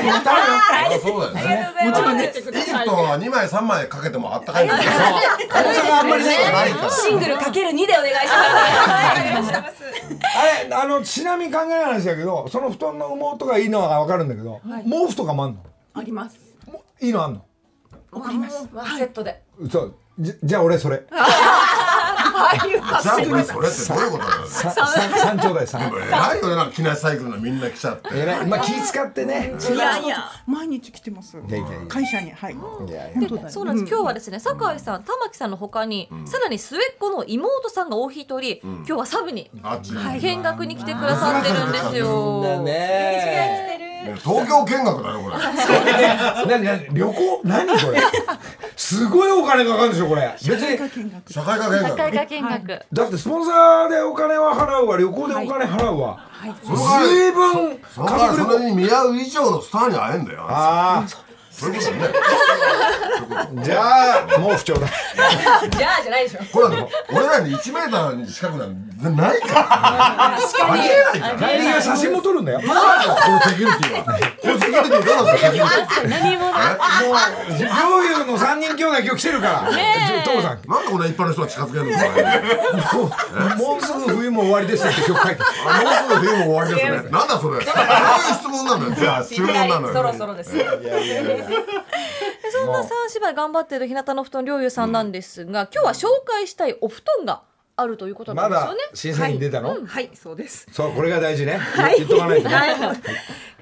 Speaker 3: だよね
Speaker 2: もちろんね
Speaker 3: エジプトは2枚3枚かけてもあったかいんだけど
Speaker 1: 大阪あんまりね。
Speaker 3: ないから
Speaker 2: シングルかける2でお願いしますはい
Speaker 1: あれ、あの、ちなみに考えない話だけど、その布団の羽毛とかいいのはわかるんだけど、毛布とかもあんの
Speaker 7: あります。
Speaker 1: もいいのあんの
Speaker 2: わかりますセットで
Speaker 1: そう。じじゃあ俺それ。
Speaker 3: じゃあ俺それってどういうことだよ
Speaker 1: ささ三丁だよ、三。
Speaker 3: 偉いよねなんか木梨サイクルのみんな来ちゃって
Speaker 1: えらい。まあ気使ってね。
Speaker 7: いやいや。毎日来てます
Speaker 1: やいやいや。
Speaker 7: 会社にはい。本当だよ。
Speaker 6: そうなんです、今日はですね酒井さん玉木さんの他に、さらに末っ子の妹さんがお一人、今日はサブに
Speaker 3: あっち
Speaker 6: 見学に来てくださってるんですよ、
Speaker 1: ね
Speaker 3: 東京見学だよこれ
Speaker 1: なになに旅行何これすごいお金かかるでしょこれ別に
Speaker 7: 見学。
Speaker 3: 社会科見
Speaker 6: 社会
Speaker 3: 学
Speaker 6: 科見学、
Speaker 1: だってスポンサーでお金は払うわ旅行でお金払うわ、ずいぶん
Speaker 3: その代わり
Speaker 1: 家族
Speaker 3: そ
Speaker 1: 旅行
Speaker 3: れに見合う以上のスターに会えんだよ
Speaker 1: あ
Speaker 3: そういうことね
Speaker 1: あじゃあもう不調だ
Speaker 2: じゃあじゃないでしょ
Speaker 3: これはでも俺らに1メーター近くなんないからありえないから
Speaker 1: 帰り際写真も撮るんだよも
Speaker 3: このセキュリティはこのセキュリティどうなんですかセキュリティ
Speaker 6: 何もな
Speaker 1: う両友の三人兄弟今日来てるから父さん
Speaker 3: なんでこんな一般の人が近づけるのかね
Speaker 1: もうもうすぐ冬も終わりですよって曲書いて
Speaker 3: あもうすぐでも終わりですねなんだそれどういう質問なのよじゃあ注文なのよ
Speaker 2: そろそろです
Speaker 6: いそんな三芝居頑張ってる日向の布団陵侑さんなんですが、今日は紹介したいお布団があるということ
Speaker 1: ま
Speaker 6: なんです
Speaker 1: だ
Speaker 6: よね、
Speaker 1: 新製品出たの、
Speaker 7: はい、そうです。
Speaker 1: そうこれが大事ね言っとかないとね、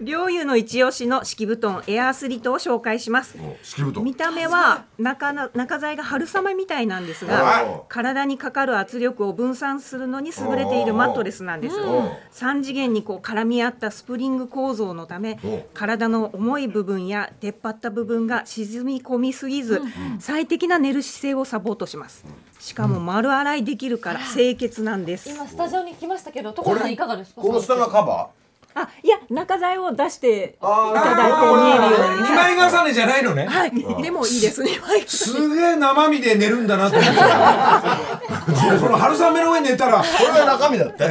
Speaker 8: 両湯の一押しの敷布団エアースリートを紹介します
Speaker 3: もう敷布団
Speaker 8: 見た目は中な中材が春雨みたいなんです
Speaker 3: おう
Speaker 8: が体にかかる圧力を分散するのに優れているマットレスなんです
Speaker 3: おう
Speaker 8: 3次元にこう絡み合ったスプリング構造のため
Speaker 3: おう
Speaker 8: 体の重い部分や出っ張った部分が沈み込みすぎず最適な寝る姿勢をサポートしますしかも丸洗いできるから清潔なんです
Speaker 6: 今スタジオに来ましたけど所さんいかがですか
Speaker 3: がカバ
Speaker 8: あいや中材を出して
Speaker 1: あー二枚重ねじゃないのね
Speaker 8: はい、でもいいですね。
Speaker 1: すげえ生身で寝るんだなと思ってたこの春雨の上に寝たら、こ
Speaker 3: れが中身だって。こ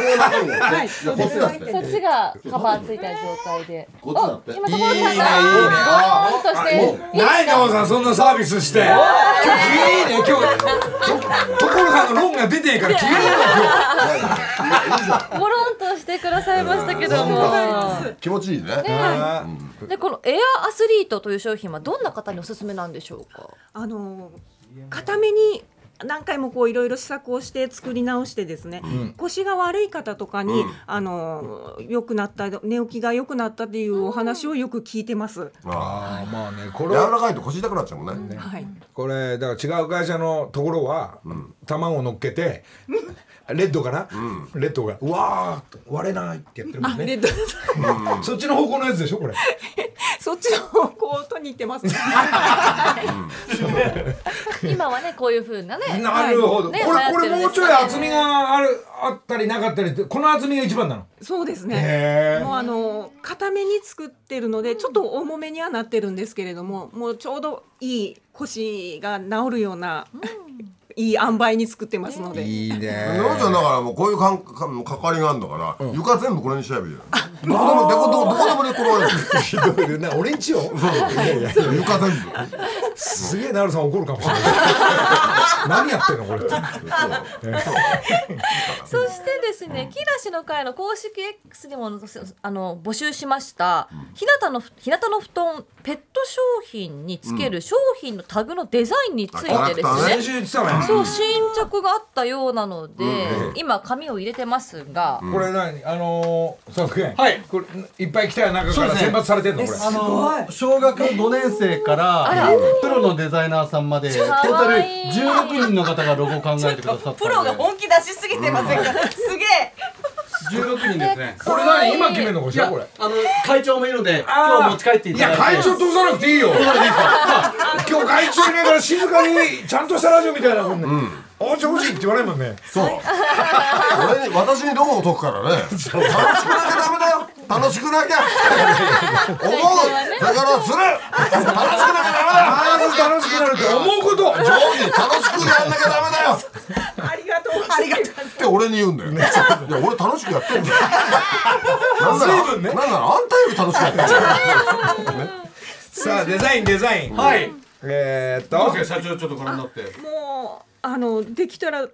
Speaker 3: れが中身だって。
Speaker 6: はい
Speaker 3: やこっちだって。
Speaker 6: こっちがカバーついた状態で。
Speaker 3: こっちだって。
Speaker 6: 今所
Speaker 3: いいね
Speaker 6: さんが
Speaker 3: いいね
Speaker 6: あーっとして
Speaker 1: ないかもさんそんなサービスして今日いいね今日と所さんの論が出ていから気がいいね
Speaker 6: ゴロンとしてくださいましたけども。
Speaker 3: 気持ちいいね。
Speaker 6: でこのエアアスリートという商品はどんな方におすすめなんでしょうか。
Speaker 8: あの固めに何回もこういろいろ試作をして作り直してですね、
Speaker 9: うん
Speaker 8: 腰が悪い方とかに、あの良くなった寝起きが良くなったっていうお話をよく聞いてます。
Speaker 1: ああまあねこ
Speaker 3: 柔らかいと腰痛くなっちゃうもんね。
Speaker 8: はい。
Speaker 1: これだから違う会社のところは、卵を乗っけてレッドかな、レッドがうわー割れないってやってるもんね
Speaker 8: レッド
Speaker 1: うんそっちの方向のやつでしょこれ
Speaker 8: [LAUGHS] そっちの方向と似てます。
Speaker 6: 今はねこういう風なね。
Speaker 1: なるほど、
Speaker 6: ね
Speaker 1: これこれもうちょい厚み。
Speaker 6: 流行ってるんですかね
Speaker 1: があるあったりなかったりってこの厚みが一番なの
Speaker 8: [LAUGHS] そうです
Speaker 1: へ
Speaker 8: ね
Speaker 1: ー。
Speaker 8: もうあの固めに作ってるのでちょっと重めにはなってるんですけれども、もうちょうどいい腰が治るような、 [LAUGHS] いい塩梅に作ってますので。
Speaker 1: いいね
Speaker 3: なおちゃんだからもうこういうかんかん関わりがあるんだから、床全部これにしちゃえばいいじゃん。どこでもどこどこどこでも寝転がれる。
Speaker 1: ひどいよね俺んちを
Speaker 3: そう床全部。
Speaker 1: すげえなるさん怒るかもしれない [LAUGHS] 何やってんのこれって
Speaker 6: そしてですね、木梨の会の公式 X にもあの募集しました、日向の日向の布団ペット商品につける商品のタグのデザインについてで
Speaker 3: あキャラクター
Speaker 6: す
Speaker 3: ね
Speaker 6: ね
Speaker 1: 先週言ってたね
Speaker 6: そう新着があったようなので、今紙を入れてますが、
Speaker 1: これ何あのー佐々木君はいこれいっぱい来たよ中から選抜されてんのこれ
Speaker 4: あの小学5年生からプロのデザイナーさんまでトータル16人の方がロゴを考えてくださった
Speaker 2: プロ
Speaker 4: の
Speaker 2: が
Speaker 4: で
Speaker 2: 本気出しすぎてませんか、すげえ
Speaker 4: 16人ですね
Speaker 1: これ何今決めんのか
Speaker 4: い
Speaker 1: しら
Speaker 4: や
Speaker 1: これ
Speaker 4: あの会長もいるので今日持ち帰ってい
Speaker 1: い
Speaker 4: ただ
Speaker 1: や
Speaker 4: いて
Speaker 1: 会長通さなくていい [LAUGHS] よ今日会長いないから静かにちゃんとしたラジオみたいなもんねおちょこちって言われるもんね
Speaker 3: そう。俺に私にロゴを解くからね。楽しくなきゃダメだよ。楽しくな
Speaker 1: [LAUGHS]
Speaker 3: きゃ。思う。だからする。楽しくなきゃダメだよ。
Speaker 1: まず楽しくなるって思うこと
Speaker 3: 上手に楽しくやんなきゃダメだよ。
Speaker 7: ありがとう。
Speaker 2: ありがとう
Speaker 3: って俺に言うんだよ。いや俺楽しくやってんだよ。なんな
Speaker 1: 随
Speaker 3: ら、
Speaker 1: 分ね
Speaker 3: なんならあんたより楽しくやってんだよ。
Speaker 1: さあデザインデザイン
Speaker 4: はい
Speaker 1: えーっ
Speaker 4: どう
Speaker 1: と
Speaker 4: ですか社長ちょっとご覧になって
Speaker 8: もうあのできたら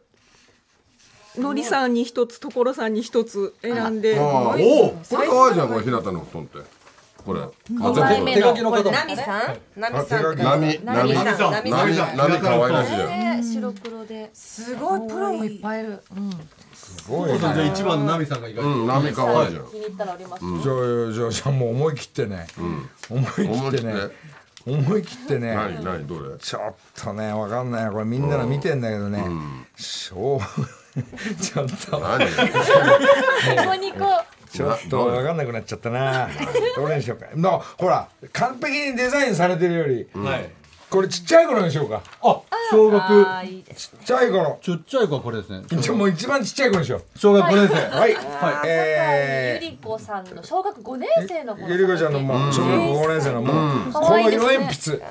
Speaker 8: のりさんに一つ所さんに一つ選んで
Speaker 3: あ
Speaker 8: [LAUGHS]
Speaker 3: あおお、これ可愛いじゃん、これ日向の布団って。これ。あ、
Speaker 6: 五枚目の
Speaker 4: の
Speaker 2: これナミさんナミさんって
Speaker 3: 波、波、波、
Speaker 2: 波
Speaker 3: 波、
Speaker 2: さん
Speaker 3: 波、波
Speaker 2: 波さ
Speaker 4: ん
Speaker 3: 可愛らしいじゃん。
Speaker 6: ね白黒です
Speaker 2: ごいプロもいっぱい
Speaker 6: ぱいいる、うん、気
Speaker 4: じゃあ一番のナミさんが意外
Speaker 3: うん、波可愛いじゃん。
Speaker 6: に入ったらあります、
Speaker 1: じゃあじゃあじゃあもう思い切ってね思
Speaker 3: 思
Speaker 1: い
Speaker 3: い
Speaker 1: 切
Speaker 3: 切
Speaker 1: っ
Speaker 3: ってて
Speaker 1: ね思い切ってね
Speaker 3: 何、何、どれ。
Speaker 1: ちょっとね、わかんない。これみんなの見てんだけどね。しょう、 [LAUGHS] ちょっと、
Speaker 3: 何。 [LAUGHS]
Speaker 6: ここにこう
Speaker 1: ちょっとわかんなくなっちゃったな。どれにしようか。の、ほら、完璧にデザインされてるより、
Speaker 4: はい
Speaker 1: これちっちゃい頃にしようか。
Speaker 4: あ小学
Speaker 6: あーいいです
Speaker 1: ちっちゃい頃。
Speaker 4: ちっちゃい子はこれですね
Speaker 1: ちょもう一番ちっちゃい頃にしよ
Speaker 4: 小学5年生
Speaker 1: う。はい。
Speaker 6: 酒
Speaker 1: え
Speaker 6: 井ゆり子さんの小学五年生の
Speaker 1: ー、
Speaker 6: 頃
Speaker 1: ゆりこちゃんのもう、小学校5年生のもう、こ
Speaker 6: 可
Speaker 1: の
Speaker 6: 愛いです
Speaker 1: 色
Speaker 6: ね
Speaker 1: 鉛筆。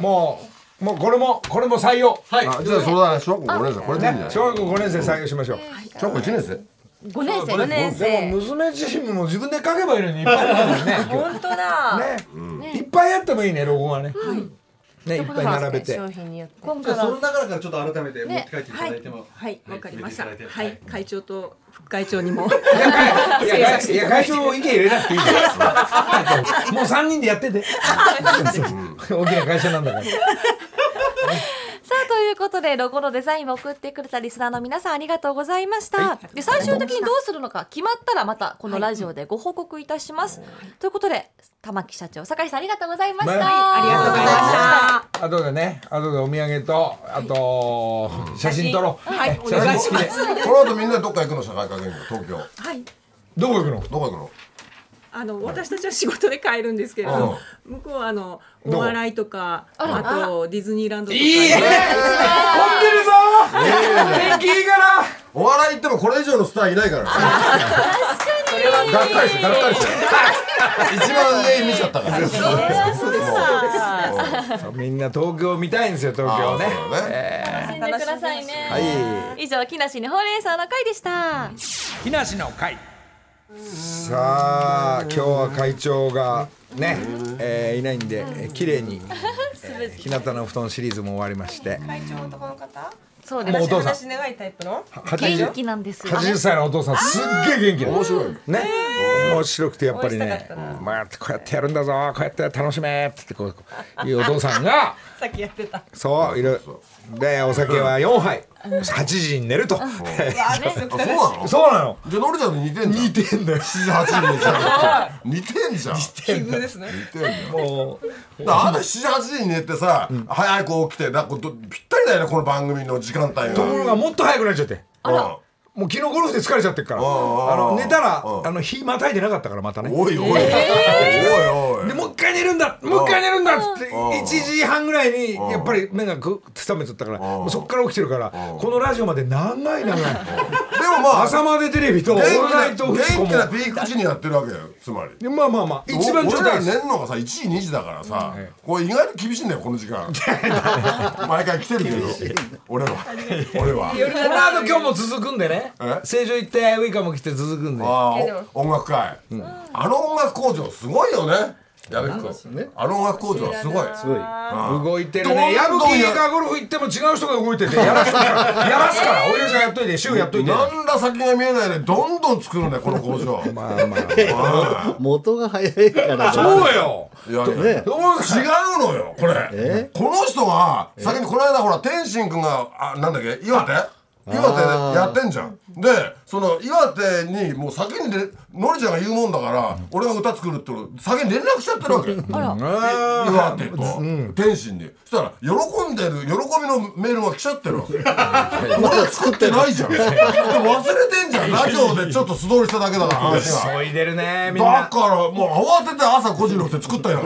Speaker 1: もう、もうこれも、これも採用。
Speaker 4: はい
Speaker 3: あ、じゃあ、そうだね、小学校五年生、これでいいん
Speaker 1: ね
Speaker 3: じゃ、ない。
Speaker 1: 小学校5年生採用しましょう。
Speaker 3: 小学校一年生。
Speaker 6: 五年生のね
Speaker 2: 年
Speaker 1: で
Speaker 2: 生
Speaker 1: も娘チームも自分で書けばいいのにいっぱいあるもんね。
Speaker 2: 本当だ、
Speaker 1: ね、いっぱいあってもいいね、ロゴはね。ね、いっぱい並べて。
Speaker 2: 商品によって
Speaker 6: 今
Speaker 4: じゃあ
Speaker 6: 回は
Speaker 4: その中からちょっと改めて持って帰っていただいても
Speaker 8: はいわかりました
Speaker 4: 入れていた
Speaker 8: は
Speaker 4: だい
Speaker 8: い会長と副会長に [LAUGHS] も
Speaker 1: いや、いや会長意見入れなくていいです。もう三人でやって
Speaker 8: [LAUGHS]
Speaker 1: て。大きな会社なんだから。
Speaker 6: さあということでロゴのデザインを送ってくれたリスナーの皆さんありがとうございました、で最終的にどうするのか決まったらまたこのラジオでご報告いたします、ということで玉木社長酒井さんありがとうございまし
Speaker 1: は
Speaker 6: た、
Speaker 1: い
Speaker 6: ありがとうございました
Speaker 1: あとでね、あとでお土産と、あと、写真撮ろう。
Speaker 8: はいお
Speaker 1: 写
Speaker 8: 願
Speaker 1: 真
Speaker 8: いし
Speaker 1: 付
Speaker 8: ま
Speaker 1: き
Speaker 8: す
Speaker 1: で。
Speaker 3: この後、みんなどっか行くの、社会科見学、東京。
Speaker 8: はい
Speaker 1: どこ行くの。
Speaker 3: どこ行くの。
Speaker 8: あの私たちは仕事で帰るんですけれども向こうはあの
Speaker 1: どう
Speaker 8: お笑いとかあとディズニーランドとか
Speaker 1: いいね。混んでるぞ。天気いいから。
Speaker 3: お笑い行っても、これ以上のスターいないからね。確かに。がっかりして、がっかりして。一番ね、見ちゃったから。そうです。そうです。
Speaker 1: そうみんな東京見たいんですよ東京ね
Speaker 3: あーそうだね
Speaker 1: え
Speaker 6: 楽しんでくださいね。
Speaker 1: は
Speaker 6: 以上、木梨にほうれん草の会でした。
Speaker 5: 木梨の会
Speaker 1: ーさあ今日は会長がね、えーいないんでえー綺麗に
Speaker 8: [LAUGHS]
Speaker 1: 「日向の布団」シリーズも終わりまして
Speaker 2: 会長男の方
Speaker 6: そうで
Speaker 1: もうお
Speaker 6: す。
Speaker 1: 父さん
Speaker 2: 私願いタイプの
Speaker 6: 元
Speaker 1: 80
Speaker 6: 気なんですよ。
Speaker 1: 80歳のお父さんすっげえ元気面白いね面白くてやっぱり
Speaker 2: 応援し
Speaker 1: ね
Speaker 2: たかったな
Speaker 1: まあこうやってやるんだぞこうやって楽しめってこうこういうお父さんが
Speaker 2: さっきやってた
Speaker 1: そういるでお酒は4杯8時に寝ると
Speaker 3: あそうな
Speaker 1: [LAUGHS]
Speaker 3: の
Speaker 1: そうなの
Speaker 3: じゃあのりちゃんと似てんじゃん似てんだよ7時8時に寝ちゃう似てんじゃん似て
Speaker 2: [LAUGHS] 奇遇ですね
Speaker 3: んだよ
Speaker 1: もう
Speaker 3: だからあなた7時8時に寝てさ、早く起きてだからこれどぴったりだよねこの番組の時間帯が
Speaker 1: ところがもっと早くなっちゃって
Speaker 3: うん
Speaker 1: もう昨日ゴルフで疲れちゃってるからあ
Speaker 3: ああ
Speaker 1: の寝たら
Speaker 3: ああ
Speaker 1: あの日またいでなかったからまたね
Speaker 3: おいおい、おいおい
Speaker 1: でもう一回寝るんだもう一回寝るんだっつって
Speaker 3: うん
Speaker 1: 1時半ぐらいにやっぱり目がグッと覚めちゃったからもうそっから起きてるからこのラジオまで長い長い
Speaker 3: でもまあ
Speaker 1: 朝までテレビとオールナイ
Speaker 3: 元気
Speaker 1: ト
Speaker 3: な
Speaker 1: フジコ
Speaker 3: 元
Speaker 1: も
Speaker 3: 気なピーク時にやってるわけだよつまり
Speaker 1: でまあまあまあ一番
Speaker 3: お
Speaker 1: ちょうど
Speaker 3: 俺
Speaker 1: い
Speaker 3: ら
Speaker 1: いです
Speaker 3: 寝るのがさ1時2時だからさ、これ意外と厳しいんだよこの時間 [LAUGHS] 毎回来てるけど俺は俺は
Speaker 1: この後今日も続くんでね
Speaker 3: え
Speaker 1: 成城行ってウイカも来て続くんで
Speaker 3: あーお音楽会、あの音楽工場すごいよねやるこあの音楽工場はすごいすごい
Speaker 1: 動いてる
Speaker 3: どんどん
Speaker 1: ね
Speaker 3: や
Speaker 1: 矢吹がゴルフ行っても違う人が動いててやらすからやらすから俺たちがやっといて週やっといて
Speaker 3: なんだ先が見えないねどんどん作るねこ
Speaker 1: [LAUGHS]
Speaker 3: の工場ま
Speaker 1: まあまあ
Speaker 3: あ
Speaker 9: 元が早いから。
Speaker 1: そうよ
Speaker 3: いやいや、違う
Speaker 9: ね
Speaker 3: のよこれ
Speaker 9: え
Speaker 3: この人が先にこの間ほら天心君があなんだっけ岩手岩手でやってんじゃんでその岩手にもう先にれのりちゃんが言うもんだから俺が歌作るってこと先に連絡しちゃってるわけ岩手と天心にそしたら喜んでる喜びのメールが来ちゃってるわけまだ作ってないじゃんで忘れてんじゃんラジオでちょっと素通りしただけだから話が
Speaker 1: 急いでるねみん
Speaker 3: だ
Speaker 1: な
Speaker 3: からもう慌てて朝5時に起きて作ったよ。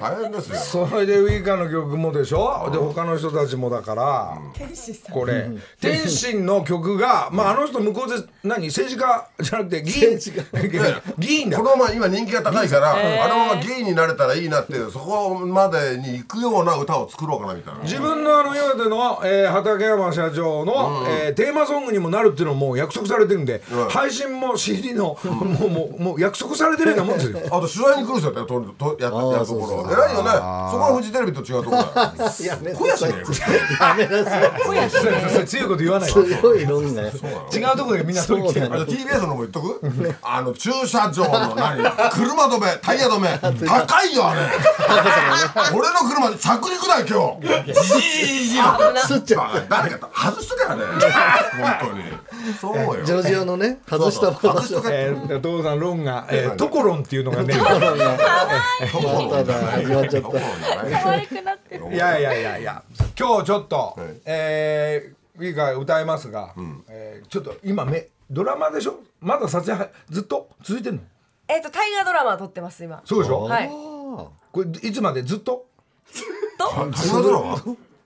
Speaker 3: 大変ですよ。
Speaker 1: それでウイカの曲もでしょで他の人たちもだから
Speaker 2: 天使さん
Speaker 1: これ天心の曲がまああの人向こうで何政治家じゃなくて議員 [LAUGHS] 議員だ
Speaker 3: このまま今人気が高いから、あのままゲイになれたらいいなっていうそこまでに行くような歌を作ろうかなみたいな。
Speaker 1: 自分のあの岩手の、えー畠山社長の、えーテーマソングにもなるっていうのも約束されてるんで、
Speaker 3: ん
Speaker 1: 配信も CD の、もうもうもう約束されてるようなもんですよ
Speaker 3: あと取材に来る人だよ、ととやった
Speaker 9: あー
Speaker 3: やるとこ
Speaker 9: そう
Speaker 3: ろ。
Speaker 9: そう
Speaker 3: 偉いよね。そこはフジテレビと違うところだよ。
Speaker 9: やめな
Speaker 3: 小屋し
Speaker 9: さい
Speaker 3: ね。
Speaker 9: やめなさい。
Speaker 1: それそれ強いこと言わないで
Speaker 9: 強い論が。
Speaker 1: 違うところでみんな取り来て
Speaker 9: そ
Speaker 1: る
Speaker 9: う
Speaker 3: あと TBS のも言っと
Speaker 9: [LAUGHS]
Speaker 3: くあの駐車場の何車止めタイヤ止め高いよあれ俺の車で着陸だよ今日じじじじじ
Speaker 9: すっちゃ
Speaker 3: あ誰か外しとけあれ本当にそうよ
Speaker 9: ジョージオのね、外した
Speaker 3: そうそう
Speaker 9: 場
Speaker 3: 外しとけ
Speaker 9: 所。
Speaker 1: えー、お父さんロンが、えー、トコロンっていうのがね
Speaker 9: [LAUGHS] まただ始まっちゃった。
Speaker 6: 可愛くなってる。
Speaker 1: いやいやいやいや今日ちょっと、
Speaker 3: い
Speaker 1: えー、ウィーが歌いますが、えーちょっと今めドラマでしょまだ撮影はずっと続いてんの
Speaker 2: えっと大河ドラマ撮ってます今
Speaker 1: そうでしょ
Speaker 2: はい
Speaker 1: これいつまでずっと
Speaker 2: と
Speaker 3: 大河ドラマ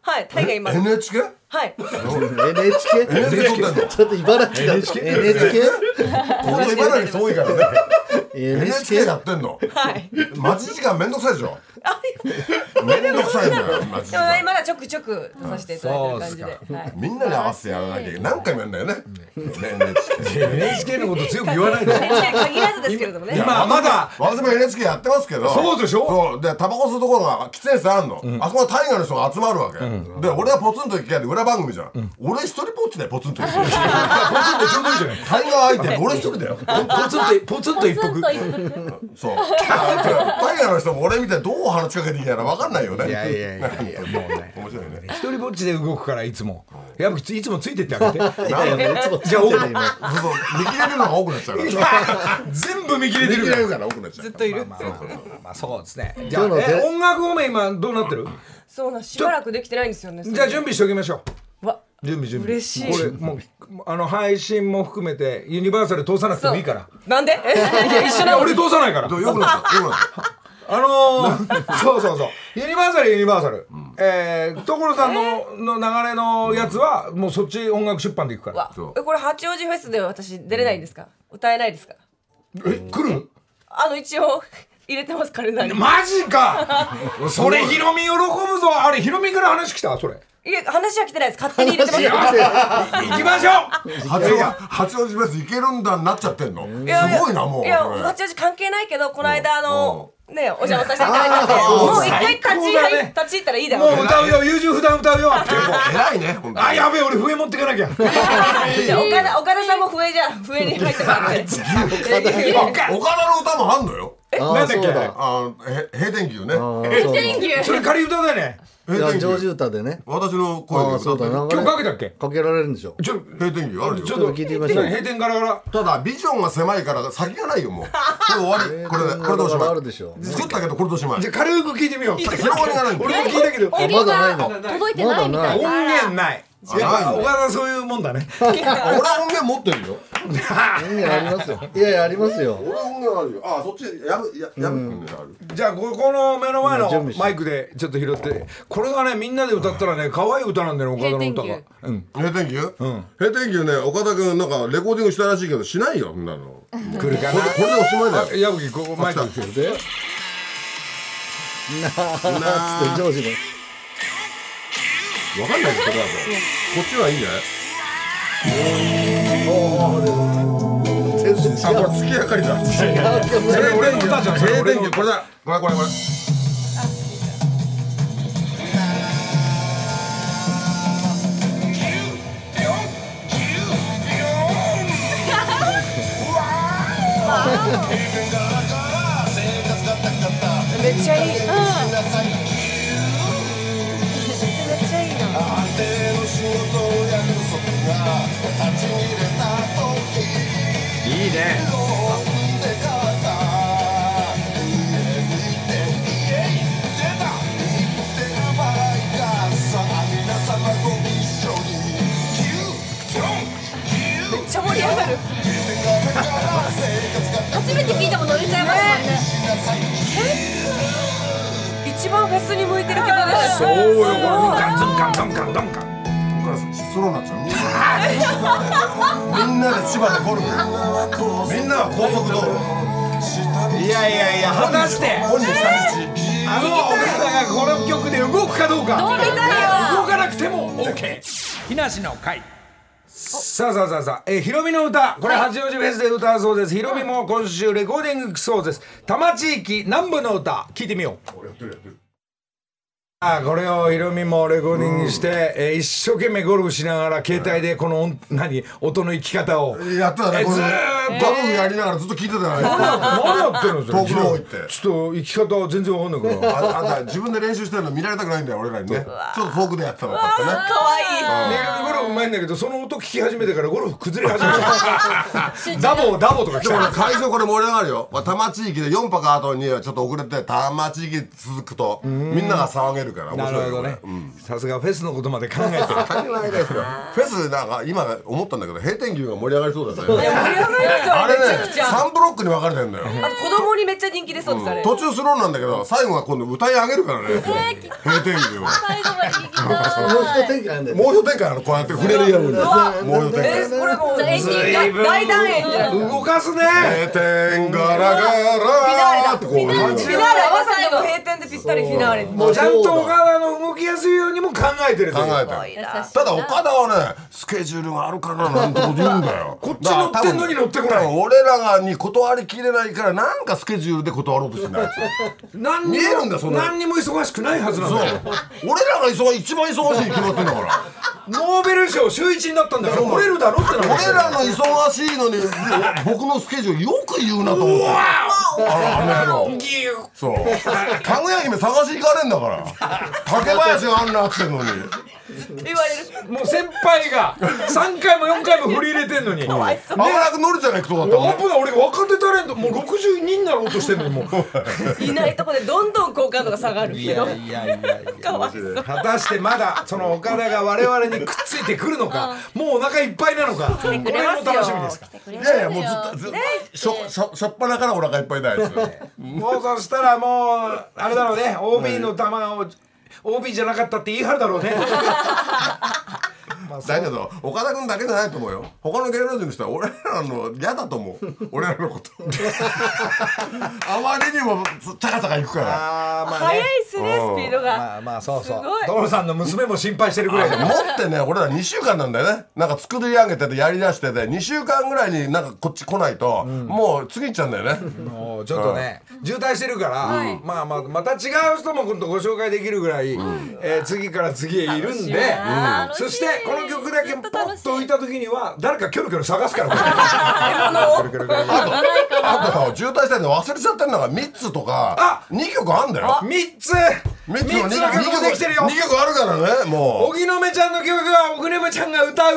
Speaker 2: はい大河今
Speaker 3: NHK?
Speaker 2: はい
Speaker 9: NHK?
Speaker 3: NHK 撮ってんの
Speaker 9: [LAUGHS] ちょっと茨城だ。NHK?
Speaker 3: この茨城遠いからね NHK
Speaker 9: NHK?
Speaker 3: やってんの
Speaker 2: はい
Speaker 3: 待ち時間めんどくさいでしょめんどくさいんだよ待ち時
Speaker 2: でもね
Speaker 3: 間
Speaker 2: まだちょくちょく出させていただいてる感じではい
Speaker 3: みんなに合わせてやらなきゃいけない何回もやんだよね NHK
Speaker 1: NHK のこと強く言わないで
Speaker 9: [LAUGHS]
Speaker 2: NHK 限らずですけれどもね
Speaker 1: 今まだ
Speaker 3: 私も NHK やってますけど
Speaker 1: そうでしょ
Speaker 3: そうでタバコ吸うところが喫煙室あんの、あそこは大河の人が集まるわけ、で俺はポツンと行きやで裏番組じゃん、俺一人ぽっちだよポツンと行き
Speaker 1: ポツンとちょうどいいじゃない
Speaker 3: タイガー相手に俺一人だよ。
Speaker 1: ポツン [LAUGHS] とポツンと一服
Speaker 3: そう。タイガーの人も俺みたいにどう話しかけていいやら分かんないよね。
Speaker 1: いやいやいやいやもうね
Speaker 3: 面白いね。
Speaker 1: 一人ぼっちで動くからいつもやっぱいつもついてってあげて
Speaker 9: [LAUGHS] なんでいつもつい
Speaker 1: じゃあお
Speaker 9: てる今。
Speaker 3: そう見切れるのが多くなっちゃうから。
Speaker 1: 全部見切れ
Speaker 3: 見
Speaker 1: てる
Speaker 3: 切れ
Speaker 1: から
Speaker 3: るから多くなっちゃう。ずっと
Speaker 2: といる
Speaker 1: まあまあまあまあそうですねじゃあ
Speaker 9: 今日の
Speaker 1: え
Speaker 9: で
Speaker 1: 音楽方面今どうなってる
Speaker 2: そうなんしばらくできてないんですよね
Speaker 1: じゃあ準備しておきましょう
Speaker 2: 備
Speaker 1: 準備準備
Speaker 2: 嬉しい
Speaker 1: これもうあの配信も含めてユニバーサル通さなくてもいいから
Speaker 2: なんで [LAUGHS] いや一緒
Speaker 1: いや
Speaker 2: なの
Speaker 1: 俺通さないから
Speaker 3: よくなった。よくなった。
Speaker 1: あのー、そうそうそうユニバーサルユニバーサル、えー、所さんの,、の流れのやつはもうそっち音楽出版でいくから
Speaker 2: わえこれ八王子フェスで私出れないんですか歌えないですか
Speaker 1: え来る
Speaker 2: あの一応 [LAUGHS] 入れてますカレンダーに、
Speaker 1: マジかそれヒロミ喜ぶぞあれヒロミから話来たそれ
Speaker 2: いや話は来てないです勝手に入れてますよ
Speaker 1: 行きましょう
Speaker 3: 八王八王子ベースいけるんだになっちゃってんのす
Speaker 2: やや
Speaker 3: ごいなもう
Speaker 2: いや
Speaker 3: それ
Speaker 2: 八王子関係ないけどこの間あのねお邪魔させていただいたんでもう一回立ち入り、
Speaker 1: 最高だね
Speaker 2: 立ち入ったらいいだろ
Speaker 1: も
Speaker 2: う
Speaker 1: う
Speaker 2: [LAUGHS]
Speaker 1: 歌うよ優柔不断歌うよ
Speaker 3: 偉いね本当に
Speaker 1: あやべえ俺笛持ってかなきゃ
Speaker 2: いや岡田岡田さんも笛じゃ笛に入ってもら
Speaker 1: [LAUGHS]
Speaker 2: って [LAUGHS]
Speaker 3: 岡田の歌もあんのよ
Speaker 9: あ
Speaker 1: な
Speaker 9: あ
Speaker 1: んだっ
Speaker 9: そう
Speaker 1: け
Speaker 9: だ
Speaker 3: あへ閉店牛ね
Speaker 9: ああそうだい
Speaker 1: それ仮歌だよね
Speaker 3: 閉
Speaker 9: や
Speaker 3: 店
Speaker 9: 上
Speaker 3: 牛
Speaker 9: 手歌でね
Speaker 3: 私の声
Speaker 9: あ
Speaker 3: で
Speaker 9: あそうだ
Speaker 3: 歌っ
Speaker 1: 今
Speaker 9: な
Speaker 1: 日かけたっけ
Speaker 9: かけられるんでしょ
Speaker 1: ちょ
Speaker 3: てる閉店牛あるよ
Speaker 1: ちょっ
Speaker 9: ちょ
Speaker 1: と
Speaker 9: っと聞いてみましょう
Speaker 1: 閉店ガラガラ
Speaker 3: ただビジョンが狭いから先がないよもうでも終わりこれでこれでおし
Speaker 9: あ
Speaker 3: ま
Speaker 9: る
Speaker 3: い
Speaker 9: でしょ
Speaker 3: 作ったけどこれでおしまい
Speaker 1: じゃあ軽く聞いてみよう
Speaker 3: 広がりがないんだよ
Speaker 1: 俺も聞いたけど
Speaker 9: あ
Speaker 1: 音
Speaker 9: まだないの
Speaker 6: 届いてないみたいな
Speaker 1: 源ない
Speaker 3: あ
Speaker 1: やっ
Speaker 3: な
Speaker 1: ぱ
Speaker 3: いね
Speaker 1: 岡田そういうもんだね
Speaker 3: あ俺は音源持ってるよ
Speaker 9: いやありますよいやいやありますよ
Speaker 3: 俺は音源あるよあそっちやぶややぶうんある
Speaker 1: じゃあここの目の前
Speaker 9: うん準備
Speaker 1: の
Speaker 9: して
Speaker 1: マイクでちょっと拾ってこれがねみんなで歌ったらね可愛い歌なんだよね岡田の歌が
Speaker 6: 閉店
Speaker 1: うん
Speaker 3: 閉店牛閉店牛ね岡田君なんかレコーディングしたらしいけどしないよそんなのこ
Speaker 1: 来るか
Speaker 3: れこれでおしまいだよ
Speaker 1: な矢吹ここマイク来る
Speaker 9: でなあつってジョージの
Speaker 3: わかんないよそれだとこっちはいいんじゃないあこれ月
Speaker 9: 全然違う
Speaker 3: 明かりだ
Speaker 1: それ俺の歌じゃんそれ
Speaker 3: 閉
Speaker 1: 俺の
Speaker 3: 店牛
Speaker 1: 歌
Speaker 3: これだこれこれこれ
Speaker 2: めっちゃいい
Speaker 1: いいね
Speaker 2: めっちゃ盛り上がる
Speaker 6: 初めて聞いても乗れちゃいます
Speaker 2: 一番フェスに向いてる曲です
Speaker 1: そうよこれガンツンガンツンガンツンガン
Speaker 3: これソロになっちゃうみんなで千葉でゴルフみんなは高速道路
Speaker 1: いやいやいや果たして
Speaker 3: 本に下道
Speaker 1: あの岡田がこの曲で動くかどうか
Speaker 6: もんね乗れたよ
Speaker 1: 動かなくても OK
Speaker 5: 木梨の会
Speaker 1: さあさあさあさあ、えー、ヒロミの歌これ八王子フェスで歌うそうです、ヒロミも今週レコーディング行くそうです多摩地域南部の歌聞いてみようあーこれをヒロミもレコーディングして、えー一生懸命ゴルフしながら携帯でこの音何音の生き方を
Speaker 3: やってた
Speaker 1: えー
Speaker 3: ねこれ
Speaker 1: ずーっと
Speaker 3: ゴルフやりながらずっと聞いてたよね
Speaker 1: 何やってるんですか
Speaker 3: 遠くの方行って
Speaker 1: ちょっと生き方は全然わかんないから
Speaker 3: ああんた自分で練習してるの見られたくないんだよ俺らにねちょっと遠くでやってたのかってね
Speaker 2: 可愛
Speaker 1: ねゴルフうまいんだけどその音聞き始めてからゴルフ崩れ始
Speaker 2: [LAUGHS]
Speaker 1: めたダボダボとか来
Speaker 3: でもね
Speaker 1: た
Speaker 3: 会場これ盛り上がるよまあ多摩地域で4泊後にはちょっと遅れて多摩地域続くとみ [LAUGHS] んなが騒げるから面
Speaker 1: なる
Speaker 3: 白
Speaker 1: ほ
Speaker 3: いよ
Speaker 1: ど
Speaker 3: これ
Speaker 1: ねさすがフェスのことまで考えてる
Speaker 2: [LAUGHS]
Speaker 3: 関係ないですよフェスなんか今思ったんだけど閉店牛が盛り上がりそうだよね
Speaker 2: い盛り上がります
Speaker 3: あ
Speaker 2: よ
Speaker 3: れ
Speaker 2: めちゃ
Speaker 3: ね
Speaker 2: くちゃ
Speaker 3: 3ブロックに分かれてんだよ
Speaker 2: あと子供にめっちゃ人気でそうですあれ
Speaker 3: 途中スローなんだけど最後は今度歌い上げるからね閉店牛は
Speaker 6: 最後まで聞きたい
Speaker 9: もう一展開なんだよ
Speaker 3: もう一展開なのこうやって触れるようにもう一展開
Speaker 2: えーこれもう
Speaker 6: エンディング
Speaker 2: 大大団円じゃないです
Speaker 1: [LAUGHS]
Speaker 2: か
Speaker 1: 動かすね
Speaker 3: 閉店ガラガラーってこう
Speaker 2: フィナーレ合わせても閉店でぴったりフィナーレ
Speaker 1: もうちゃんと小川の動きやすいようにも考えてると
Speaker 3: 考
Speaker 1: いう
Speaker 3: えたよただ岡田はねスケジュールがあるからなんてこと言うんだよ
Speaker 1: [LAUGHS] こっち乗ってんのに乗ってこない
Speaker 3: だから多分俺らがに断りきれないからなんかスケジュールで断ろうとしてない
Speaker 1: 何に
Speaker 3: 見えるんだ
Speaker 1: も
Speaker 3: そんなの
Speaker 1: 何にも忙しくないはずなん
Speaker 3: そう
Speaker 1: だよ
Speaker 3: 俺らが忙しい一番忙しいに決まってんだから
Speaker 1: ノーベル賞週一になったんだから来れるだろってな
Speaker 3: 俺らの忙しいのに僕のスケジュールよく言うなと思ってあらあの野郎
Speaker 1: ギュー
Speaker 3: そうかぐや姫探し行かれんだから竹林があんなっつってんのに
Speaker 2: 言われる
Speaker 1: もう先輩が3回も4回も振り入れてんのに危な
Speaker 3: 危なく乗るじゃない人だったもんね
Speaker 1: い俺若手タレントもう62になろうとしてんのにもう
Speaker 2: いないとこでどんどん好感度が下がるけど
Speaker 1: いやいやいや
Speaker 2: かわいそう
Speaker 1: 果たしてまだその岡田が我々にくっついてくるのか、もうお腹いっぱいなのか、これも
Speaker 6: くれますよ
Speaker 1: 楽しみですか
Speaker 3: いやいやもうずっとずっとしょしょしょっぱなからお腹いっぱいだよあいつ
Speaker 1: ら。もうそしたらもうあれだろうね、OB の球を OB じゃなかったって言い張るだろうね。
Speaker 3: だけど岡田君だけじゃないと思うよ他の芸能人の人は俺らの嫌だと思う俺らのことあまりにも高々いくから
Speaker 1: あーまあ
Speaker 2: 早
Speaker 1: ね
Speaker 2: いっすね、スピードが。
Speaker 1: まあまあそうそう
Speaker 2: すごい
Speaker 1: 所さんの娘も心配してるぐらいだ
Speaker 3: 持
Speaker 1: もん
Speaker 3: ってね俺ら2週間なんだよねなんか作り上げててやりだしてて2週間ぐらいになんかこっち来ないと、もう次行っちゃうんだよね
Speaker 1: もうちょっとね渋滞してるから、まあまあまた違う人も今度ご紹介できるぐらい、えー次から次へいるんで、
Speaker 6: な
Speaker 1: そして
Speaker 6: 楽しい
Speaker 1: この曲だけポ
Speaker 6: ずっと楽し
Speaker 1: ッ
Speaker 6: い
Speaker 1: と浮いた時には誰かキョロキョロ探すからこれキョロキョロキョロキョロ
Speaker 3: あとあとさ渋滞してるの忘れちゃってるのが3つとか
Speaker 1: あ
Speaker 3: 2曲あんだよ
Speaker 1: 3つ
Speaker 3: 3
Speaker 1: 3
Speaker 3: つ
Speaker 1: つの曲もできてるよ
Speaker 3: 2曲あるからねもう
Speaker 1: 荻野目ちゃんの曲は荻野目ちゃんが歌う、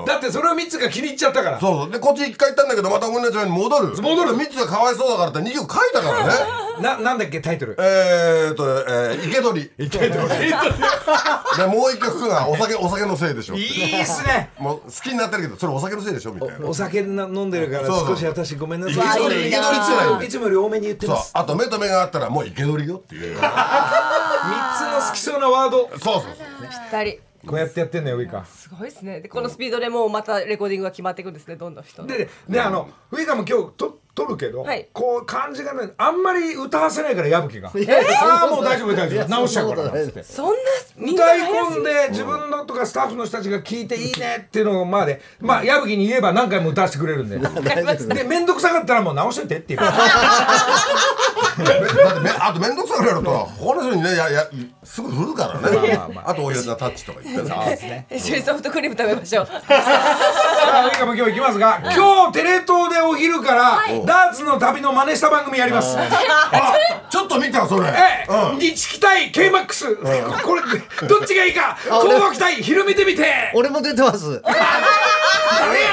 Speaker 3: うん
Speaker 1: だってそれを3つが気に入っちゃったから
Speaker 3: そうそうでこっち1回行ったんだけどまたお姉ちゃんに戻る
Speaker 1: 戻る
Speaker 3: 3つがかわいそうだからって2曲書いたからね
Speaker 1: [LAUGHS] ななんだっけタイトル
Speaker 3: えーっと、えー、池鳥で
Speaker 1: タイトル
Speaker 3: もう1曲がお酒お酒のせいでしょ
Speaker 1: いいっすね
Speaker 3: もう好きになってるけどそれお酒のせいでしょみたいな
Speaker 1: お酒な飲んでるから
Speaker 3: そうそ
Speaker 1: 少
Speaker 3: う
Speaker 1: し私ごめんな
Speaker 3: 生
Speaker 1: さ
Speaker 3: け捕
Speaker 1: い
Speaker 3: り生け捕りつらいよ
Speaker 1: いつもより多めに言って
Speaker 3: そう
Speaker 1: ます
Speaker 3: あと目と目があったらもう生け捕りよっていう
Speaker 1: 3つの好きそうなワード
Speaker 3: そうそう
Speaker 2: 二人。
Speaker 1: こうやってやってんのよウイカ
Speaker 2: すごいですね。で、このスピードでもうまたレコーディングが決まっていくんですね、どんどん人の。
Speaker 1: でであのウイカも今日と撮るけど、
Speaker 2: はい
Speaker 1: こう感じがねあんまり歌わせないから矢吹が、
Speaker 9: やいや
Speaker 1: ああもう大丈夫大丈夫直しちゃうから
Speaker 9: そんなことない
Speaker 1: つって
Speaker 2: そんな、みんな
Speaker 1: 歌い
Speaker 2: 早す
Speaker 1: 込ん
Speaker 2: ぎ
Speaker 1: で自分のとかスタッフの人たちが聞いていいねっていうのまでまあ矢吹に言えば何回も歌わせてくれるんでで面倒くさかったらもう直しといてっていう
Speaker 3: だってめあと面倒くさくなると他の人にねややすぐ振るからねあとおやつなタッチとか言ってさ
Speaker 2: [LAUGHS] 一緒にソフトクリーム食べましょう。
Speaker 1: さあ、ウイカも今日行きますが、今日テレ東でお昼から、ダーツの旅の真似した番組やります。
Speaker 3: あちょっと見たそれ
Speaker 1: え
Speaker 3: う
Speaker 1: え、
Speaker 3: ん
Speaker 1: 日期対 K マックス、これ、どっちがいいか、
Speaker 9: 俺
Speaker 1: 広告対昼見てみて。
Speaker 9: 俺も出てます。
Speaker 1: 誰や